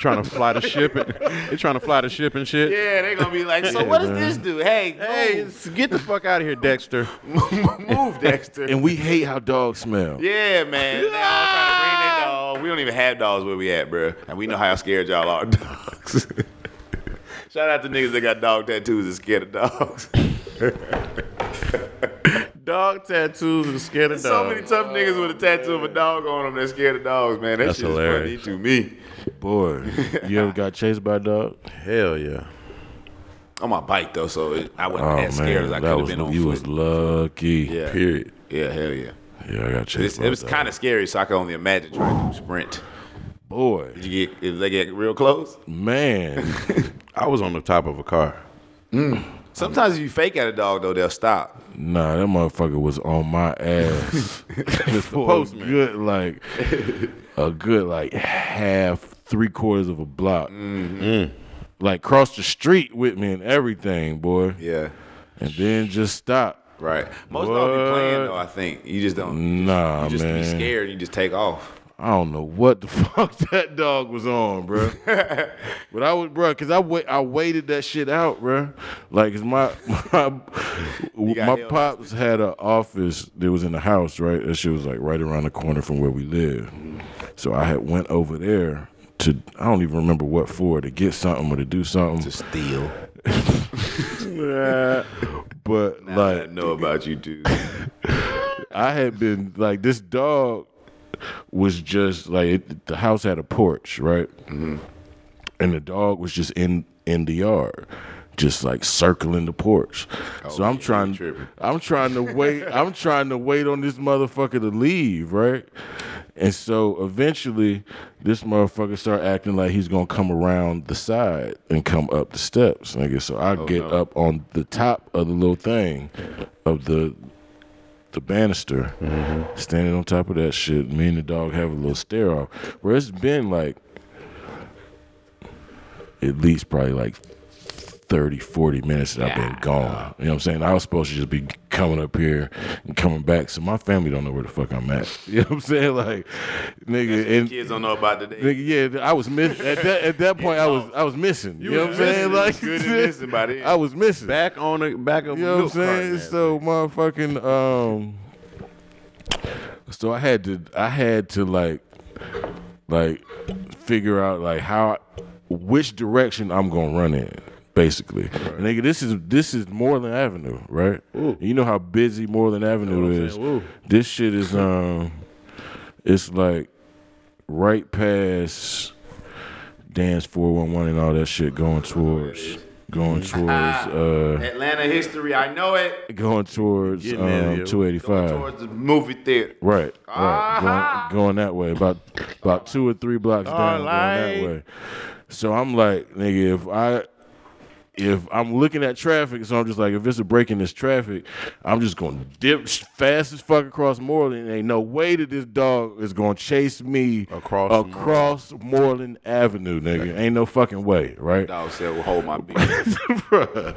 trying to fly the ship. And, they trying to fly the ship and shit.
Yeah, they gonna be like, so what does this do? Hey,
Hey,
move.
s- get the fuck out of here, Dexter.
move, [LAUGHS] Dexter.
And we hate how dogs smell.
Yeah, man. They all trying to
Ah.
bring their dog. We don't even have dogs where we at, bro. And we know how scared y'all are of dogs. [LAUGHS] Shout out to niggas that got dog tattoos and scared of dogs. [LAUGHS]
Dog tattoos and scared of
so many tough niggas with a tattoo of a dog on them that scared of dogs, man. That
That's
shit is
hilarious.
funny to me.
Boy, you ever got chased by a dog?
Hell yeah.
On my bike though, so it, I wasn't
Oh
[LAUGHS] as scared
man,
as
that
I could have
was
been on
you
foot.
was lucky.
yeah,
Period.
yeah, hell yeah.
yeah, I got chased.
It's,
by
it
a
was
dog.
kind of scary, so I could only imagine trying to sprint.
boy,
Did you get? Did they get real close? [LAUGHS]
man.
I was on the top of a car.
Sometimes if you fake at a dog though, they'll stop.
Nah, that motherfucker was on my
[LAUGHS]
ass. Mr.
postman.
Good like a good like half, three quarters of a block.
Mm-hmm.
Mm. Like crossed the street with me and everything, boy.
Yeah.
And then just stop.
Right. Most dogs be playing
What?
though. I think you just don't.
Nah,
You just
man.
be scared. You just take off.
I don't know what the [LAUGHS] fuck that dog was on, bruh.
[LAUGHS]
but I was, bruh, cause I wait, I waited that shit out, bruh. Like, 'cause my [LAUGHS] my,
got
my
held
pops had an office that was in the house, right? That shit was like right around the corner from where we live. So I had went over there to I don't even remember what for to get something or to do something.
steal.
but
I
like,
know about you, dude.
I had been like this dog was just like it, the house had a porch, right? Mm-hmm. And the dog was just in in the yard, just like circling the porch. so I'm
yeah,
trying,
you tripping.
I'm trying to wait. I'm trying to wait on this motherfucker to leave, right? And so eventually, this motherfucker start acting like he's gonna come around the side and come up the steps, nigga. So I
Oh,
get up on the top of the little thing of the the banister, standing on top of that shit. Me and the dog have a little stare off. Where it's been like at least probably like 30, 40 minutes that I've been gone. You know what I'm saying? I was supposed to just be coming up here and coming back. So my family don't know where the fuck I'm at. [LAUGHS] You know what I'm saying? Like, nigga, [LAUGHS] and
Kids don't know about today.
Nigga, yeah, I was miss at that at [LAUGHS] that point. I was I was missing. You, know what I'm saying? [LAUGHS] Like,
good and missing by then.
I was missing.
Back on the back of
You know what I'm saying? So motherfucking um so I had to I had to like like figure out like how which direction I'm gonna run in. Basically, nigga, this is this is Moreland Avenue, right? You know how busy Moreland Avenue
I'm
is.
saying? Ooh.
This shit is um, it's like right past Dance Four One One and all that shit going towards going
Mm-hmm.
towards
Ah.
uh
Atlanta history. I know it.
going towards
Getting there, yo.
um, 285.
Towards the movie theater.
Right, right. Going, going that way, about about two or three blocks
Oh,
down,
Alright.
going that way. So I'm like, nigga, if I if I'm looking at traffic, so I'm just like, if it's a break in this traffic, I'm just gonna dip fast as fuck across Moreland. Ain't no way that this dog is gonna chase me
Across
across Moreland, Avenue, nigga. Ain't no fucking way, right?
Dog said, "Well, hold my
[LAUGHS]
beer."
Bruh.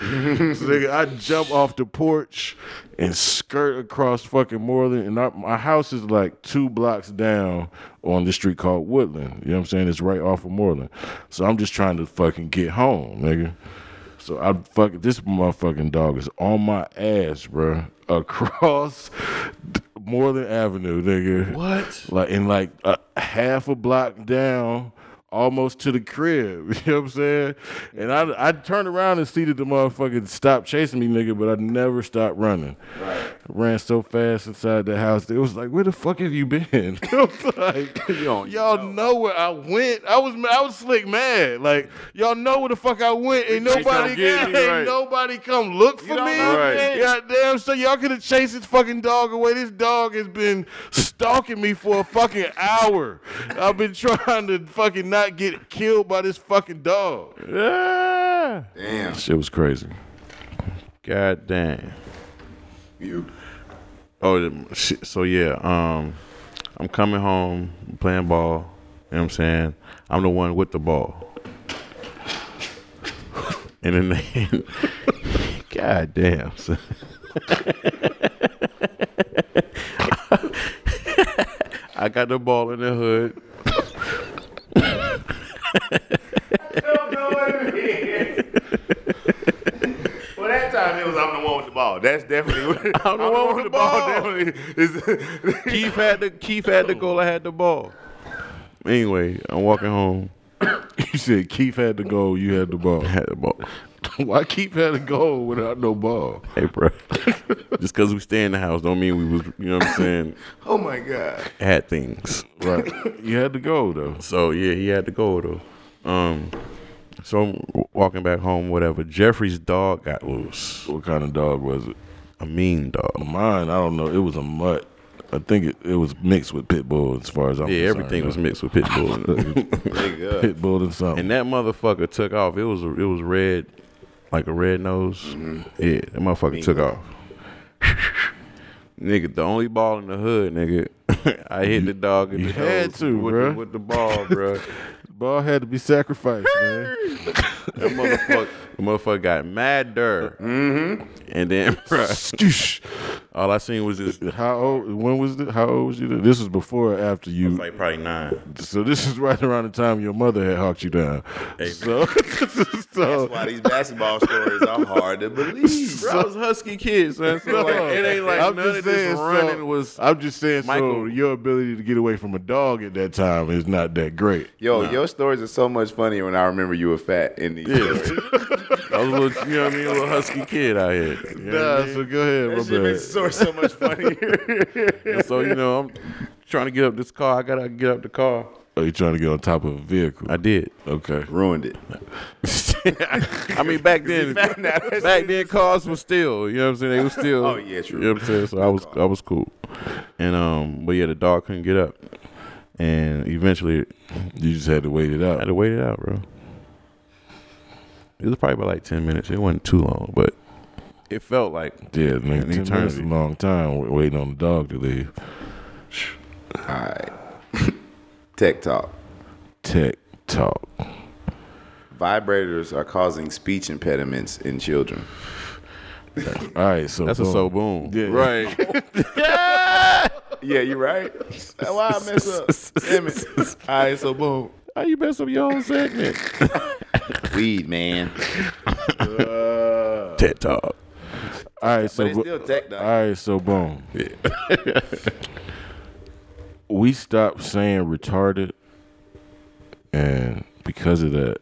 so, nigga, I jump off the porch and skirt across fucking Moreland. And I, my house is like two blocks down on this street called Woodland. You know what I'm saying? It's right off of Moreland. So I'm just trying to fucking get home, nigga. So I fuck this motherfucking dog is on my ass, bruh. Across [LAUGHS] Moreland Avenue, nigga.
What?
Like in like a half a block down, almost to the crib. [LAUGHS] You know what I'm saying? And I I turned around and see that the motherfucker stopped chasing me, nigga, but I never stopped running. Right. Ran so fast inside the house, it was like, where the fuck have you been? [LAUGHS] I was like,
don't
y'all know. where I went. I was I was slick mad. Like, y'all know where the fuck I went. Ain't
Please come
nobody [LAUGHS]
get
ain't
me, right.
nobody come look for
don't
me.
know,
Right.
God damn, so y'all could have chased this fucking dog away. This dog has been stalking me for a fucking hour. I've been trying to fucking not get killed by this fucking dog.
Yeah.
Damn.
Shit was crazy.
God damn.
You.
Oh, the- shit. so yeah. Um, I'm coming home playing ball. You know what I'm saying? I'm the one with the ball. [LAUGHS] And then, [LAUGHS] God damn. son. [LAUGHS] I got the ball in the hood.
Well, that time it was I'm the one with the ball. That's definitely
[LAUGHS]
I'm the one with the ball.
[LAUGHS] Definitely. It's-
Keith had the Keith had the goal. I had the ball. Oh. Anyway, I'm walking home.
You said Keith had the goal, you had the ball.
I had the ball.
[LAUGHS] Why Keith had a goal without no ball?
Hey, bro. Just because we stay in the house don't mean we was. You know what I'm saying?
oh my god.
Had things.
Right. you had the goal though.
So yeah, he had to go though. Um, so I'm w- walking back home, whatever. Jeffrey's dog got loose.
What kind of dog was it?
A mean dog.
Mine, I don't know. It was a mutt. I think it, it was mixed with pit bull as far as I'm
Yeah,
concerned.
everything was mixed with pit bull. in [LAUGHS] it.
Nigga.
pit bull and something.
and that motherfucker took off. It was it was red, like a red nose.
Mm-hmm.
Yeah, that motherfucker took off. nigga, the only ball in the hood, nigga. [LAUGHS] I hit the dog in
you
the
had
nose
to,
with,
bruh.
The, with the ball, bro.
ball had to be sacrificed, man.
That motherfucker, the motherfucker got madder. Mm-hmm. And then, bruh,
Skoosh.
all I seen was this. I
How old? When was it? How old was you? then? This was before or after you.
was like probably nine.
so this is right around the time your mother had hawked you down. So,
That's
[LAUGHS] so
why these basketball stories are hard to [LAUGHS] believe.
Bro, I was husky kids, man. So like, it ain't like
I'm
none
just
of this
saying. so-
running was.
I'm just saying. So
Michael-
your ability to get away from a dog at that time is not that great.
Yo, your stories are so much funnier when I remember you were fat in these stories.
I was a little, you know what I mean, a little husky kid out here. You know what I
Nah,
mean?
so go ahead,
That
my
shit
bad.
makes the story so much
[LAUGHS]
funnier.
And so you know, I'm trying to get up this car. I gotta get up the car.
Are Oh, you trying to get on top of a vehicle?
I did.
okay.
Ruined it.
[LAUGHS] I mean, back then, back then cars were still. You know what I'm saying? They were still.
Oh, yeah, true.
You know what I'm saying? So I was, I was cool. And um, but yeah, the dog couldn't get up, and eventually
You just had to wait it
I had
out.
to wait it out, bro. It was probably about like ten minutes. It wasn't too long, but it felt like
Yeah, man. Ten
An
minutes is a
eternity.
long time wa- waiting on the dog to leave.
All right. [LAUGHS] Tech talk.
Tech talk.
Vibrators are causing speech impediments in children.
All right, so
that's a
boom.
so boom,
Yeah.
right?
Yeah, you right. That's why I mess up. Damn it. [LAUGHS] All right, so boom.
[LAUGHS] How you mess up your own segment?
Weed, man.
TED Talk.
All right, so
But it's
bo-
still tech
all
though.
right, so boom.
[LAUGHS]
we stopped saying retarded, and because of that,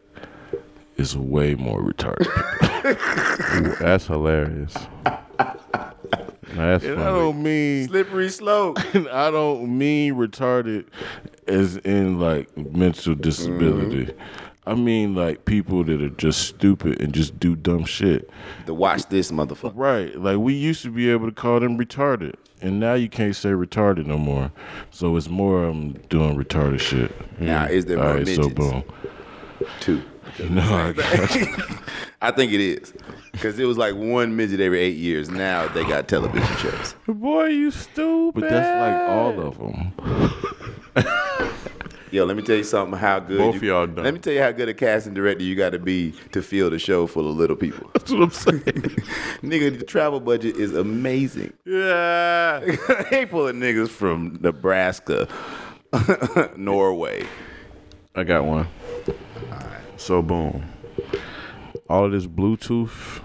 it's way more
[LAUGHS]
retarded.
That's hilarious. [LAUGHS] That's
and I
funny.
don't mean
Slippery slope.
[LAUGHS] I don't mean retarded as in like mental disability.
Mm-hmm.
I mean like people that are just stupid and just do dumb shit.
The watch this motherfucker.
Right. Like we used to be able to call them retarded. And now you can't say retarded no more. So it's more um doing retarded shit.
Now, is there
All
more
right,
midgets?
so boom. [LAUGHS]
Two.
No, I got
I think it is. Because it was like one midget every eight years. Now they got television shows.
Boy, you stupid.
but that's like all of them.
Yo, let me tell you something. How good
Both
you-
of y'all done.
Let me tell you how good a casting director you got to be to field a show full of little people.
[LAUGHS] That's what I'm saying.
[LAUGHS] Nigga, the travel budget is amazing.
yeah.
[LAUGHS] they pulling niggas from Nebraska, [LAUGHS] Norway.
I got one. So boom. All of this Bluetooth,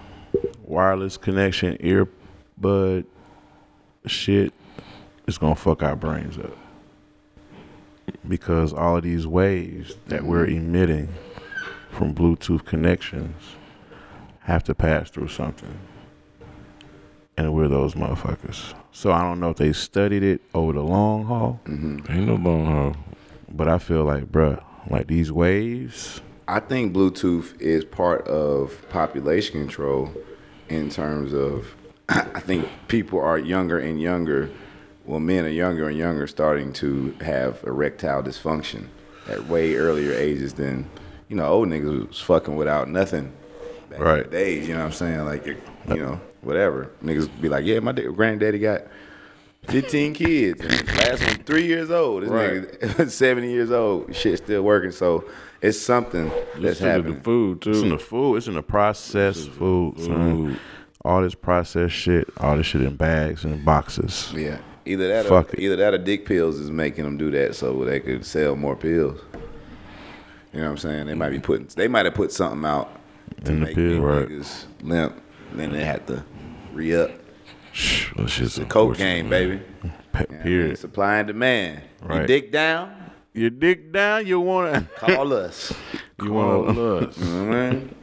wireless connection, earbud shit is gonna fuck our brains up. Because all of these waves that we're emitting from Bluetooth connections have to pass through something. And we're those motherfuckers. So I don't know if they studied it over the long haul.
Ain't no long haul.
But I feel like, bruh, like these waves.
I think Bluetooth is part of population control in terms of [CLEARS THROAT] I think people are younger and younger. Well, men are younger and younger, starting to have erectile dysfunction at way earlier ages than you know old niggas was fucking without nothing. Back in the
Right.
days, you know what I'm saying? Like you know whatever niggas be like, yeah, my dick- granddaddy got 15 kids. and Last one, three years old. This
Right.
nigga, [LAUGHS] 70 years old. Shit still working. So it's something that's
Shit in the
happening.
food
It's in
too.
the food. It's in the processed food. Son.
food.
All this processed shit. All this shit in bags and boxes.
Yeah. Either that,
Fuck
or,
it.
either that or dick pills is making them do that so they could sell more pills. You know what I'm saying? They might be putting, they might have put something out to
In the
make
pill,
these
right.
niggas limp. Then they had to re up.
Shh, that shit's
The coke game,
Pe-
baby. You know what I mean?
period.
Supply and demand. You
Right.
dick down,
Your dick down. You [LAUGHS] wanna.
call us.
You wanna.
All us.
You know what I mean?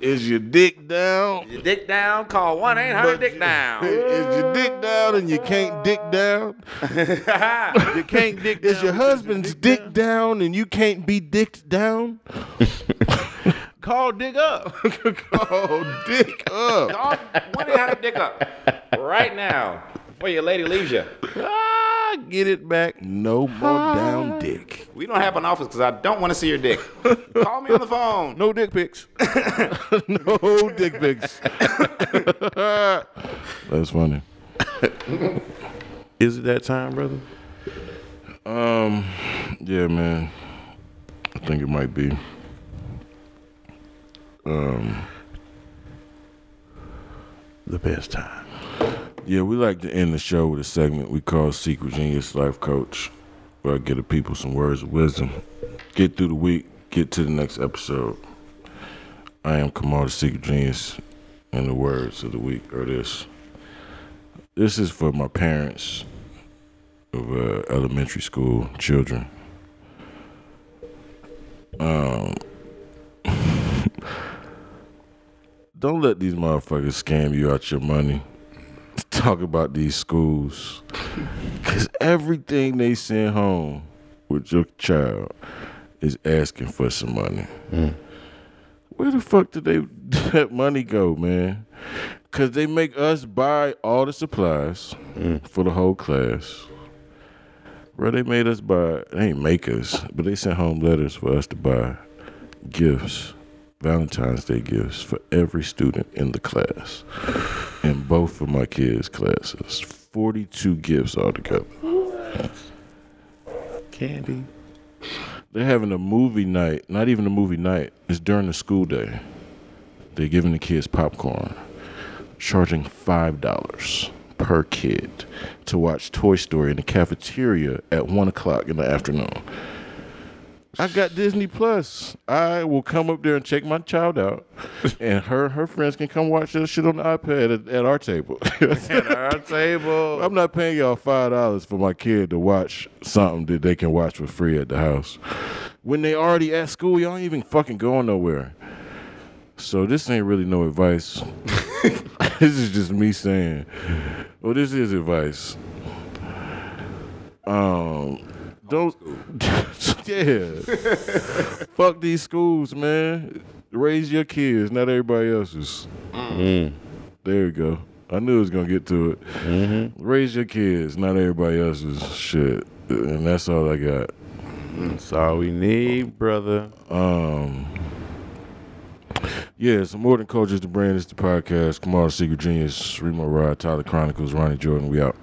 Is your dick down?
You dick down, call 1 800 dick down.
Is your dick down and you can't dick down?
you can't dick
Is your husband's dick down? and you can't be dicked down?
Call
[LAUGHS]
dick up.
oh, dick up.
Call one eight hundred dick up right now before your lady leaves you.
ah, get it back. Ah.
No more down dick.
We don't have an office because I don't want to see your dick. Call me on the phone.
No dick pics.
[LAUGHS] No dick
[LAUGHS]
pics. That's funny.
Is it that time, brother?
Um, yeah, man. I think it might be.
The best time.
Yeah, we like to end the show with a segment we call Secret Genius Life Coach, where I give the people some words of wisdom. Get through the week, get to the next episode. I am Kamal the Secret Genius, and the words of the week are this. This is for my parents of uh, elementary school children. Um, [LAUGHS] don't let these motherfuckers scam you out your money to talk about these schools because everything they send home with your child is asking for some money. Where the fuck did they [LAUGHS] did that money go, man? Because they make us buy all the supplies for the whole class. Bro, they made us buy, they ain't make us, but they sent home letters for us to buy gifts, Valentine's Day gifts for every student in the class in both of my kids' classes. 42 gifts altogether.
Candy.
They're having a movie night, not even a movie night, it's during the school day. They're giving the kids popcorn, charging $5 per kid to watch Toy Story in the cafeteria at 1 o'clock in the afternoon. I got Disney Plus. I will come up there and check my child out, and her her friends can come watch that shit on the iPad at, at our table.
Our table.
I'm not paying y'all five dollars for my kid to watch something that they can watch for free at the house. When they already at school, y'all ain't even fucking going nowhere. So this ain't really no advice. [LAUGHS] this is just me saying. Well, this is advice. Um, don't. [LAUGHS] yeah. Fuck these schools, man. Raise your kids, not everybody else's. There you go. I knew it was gonna get to it. Raise your kids, not everybody else's shit. And that's all I got.
That's all we need, brother.
Yeah, so more than coaches, the brand is the podcast. Kamara Secret Genius, Remo Rod, Tyler Chronicles, Ronnie Jordan. We out.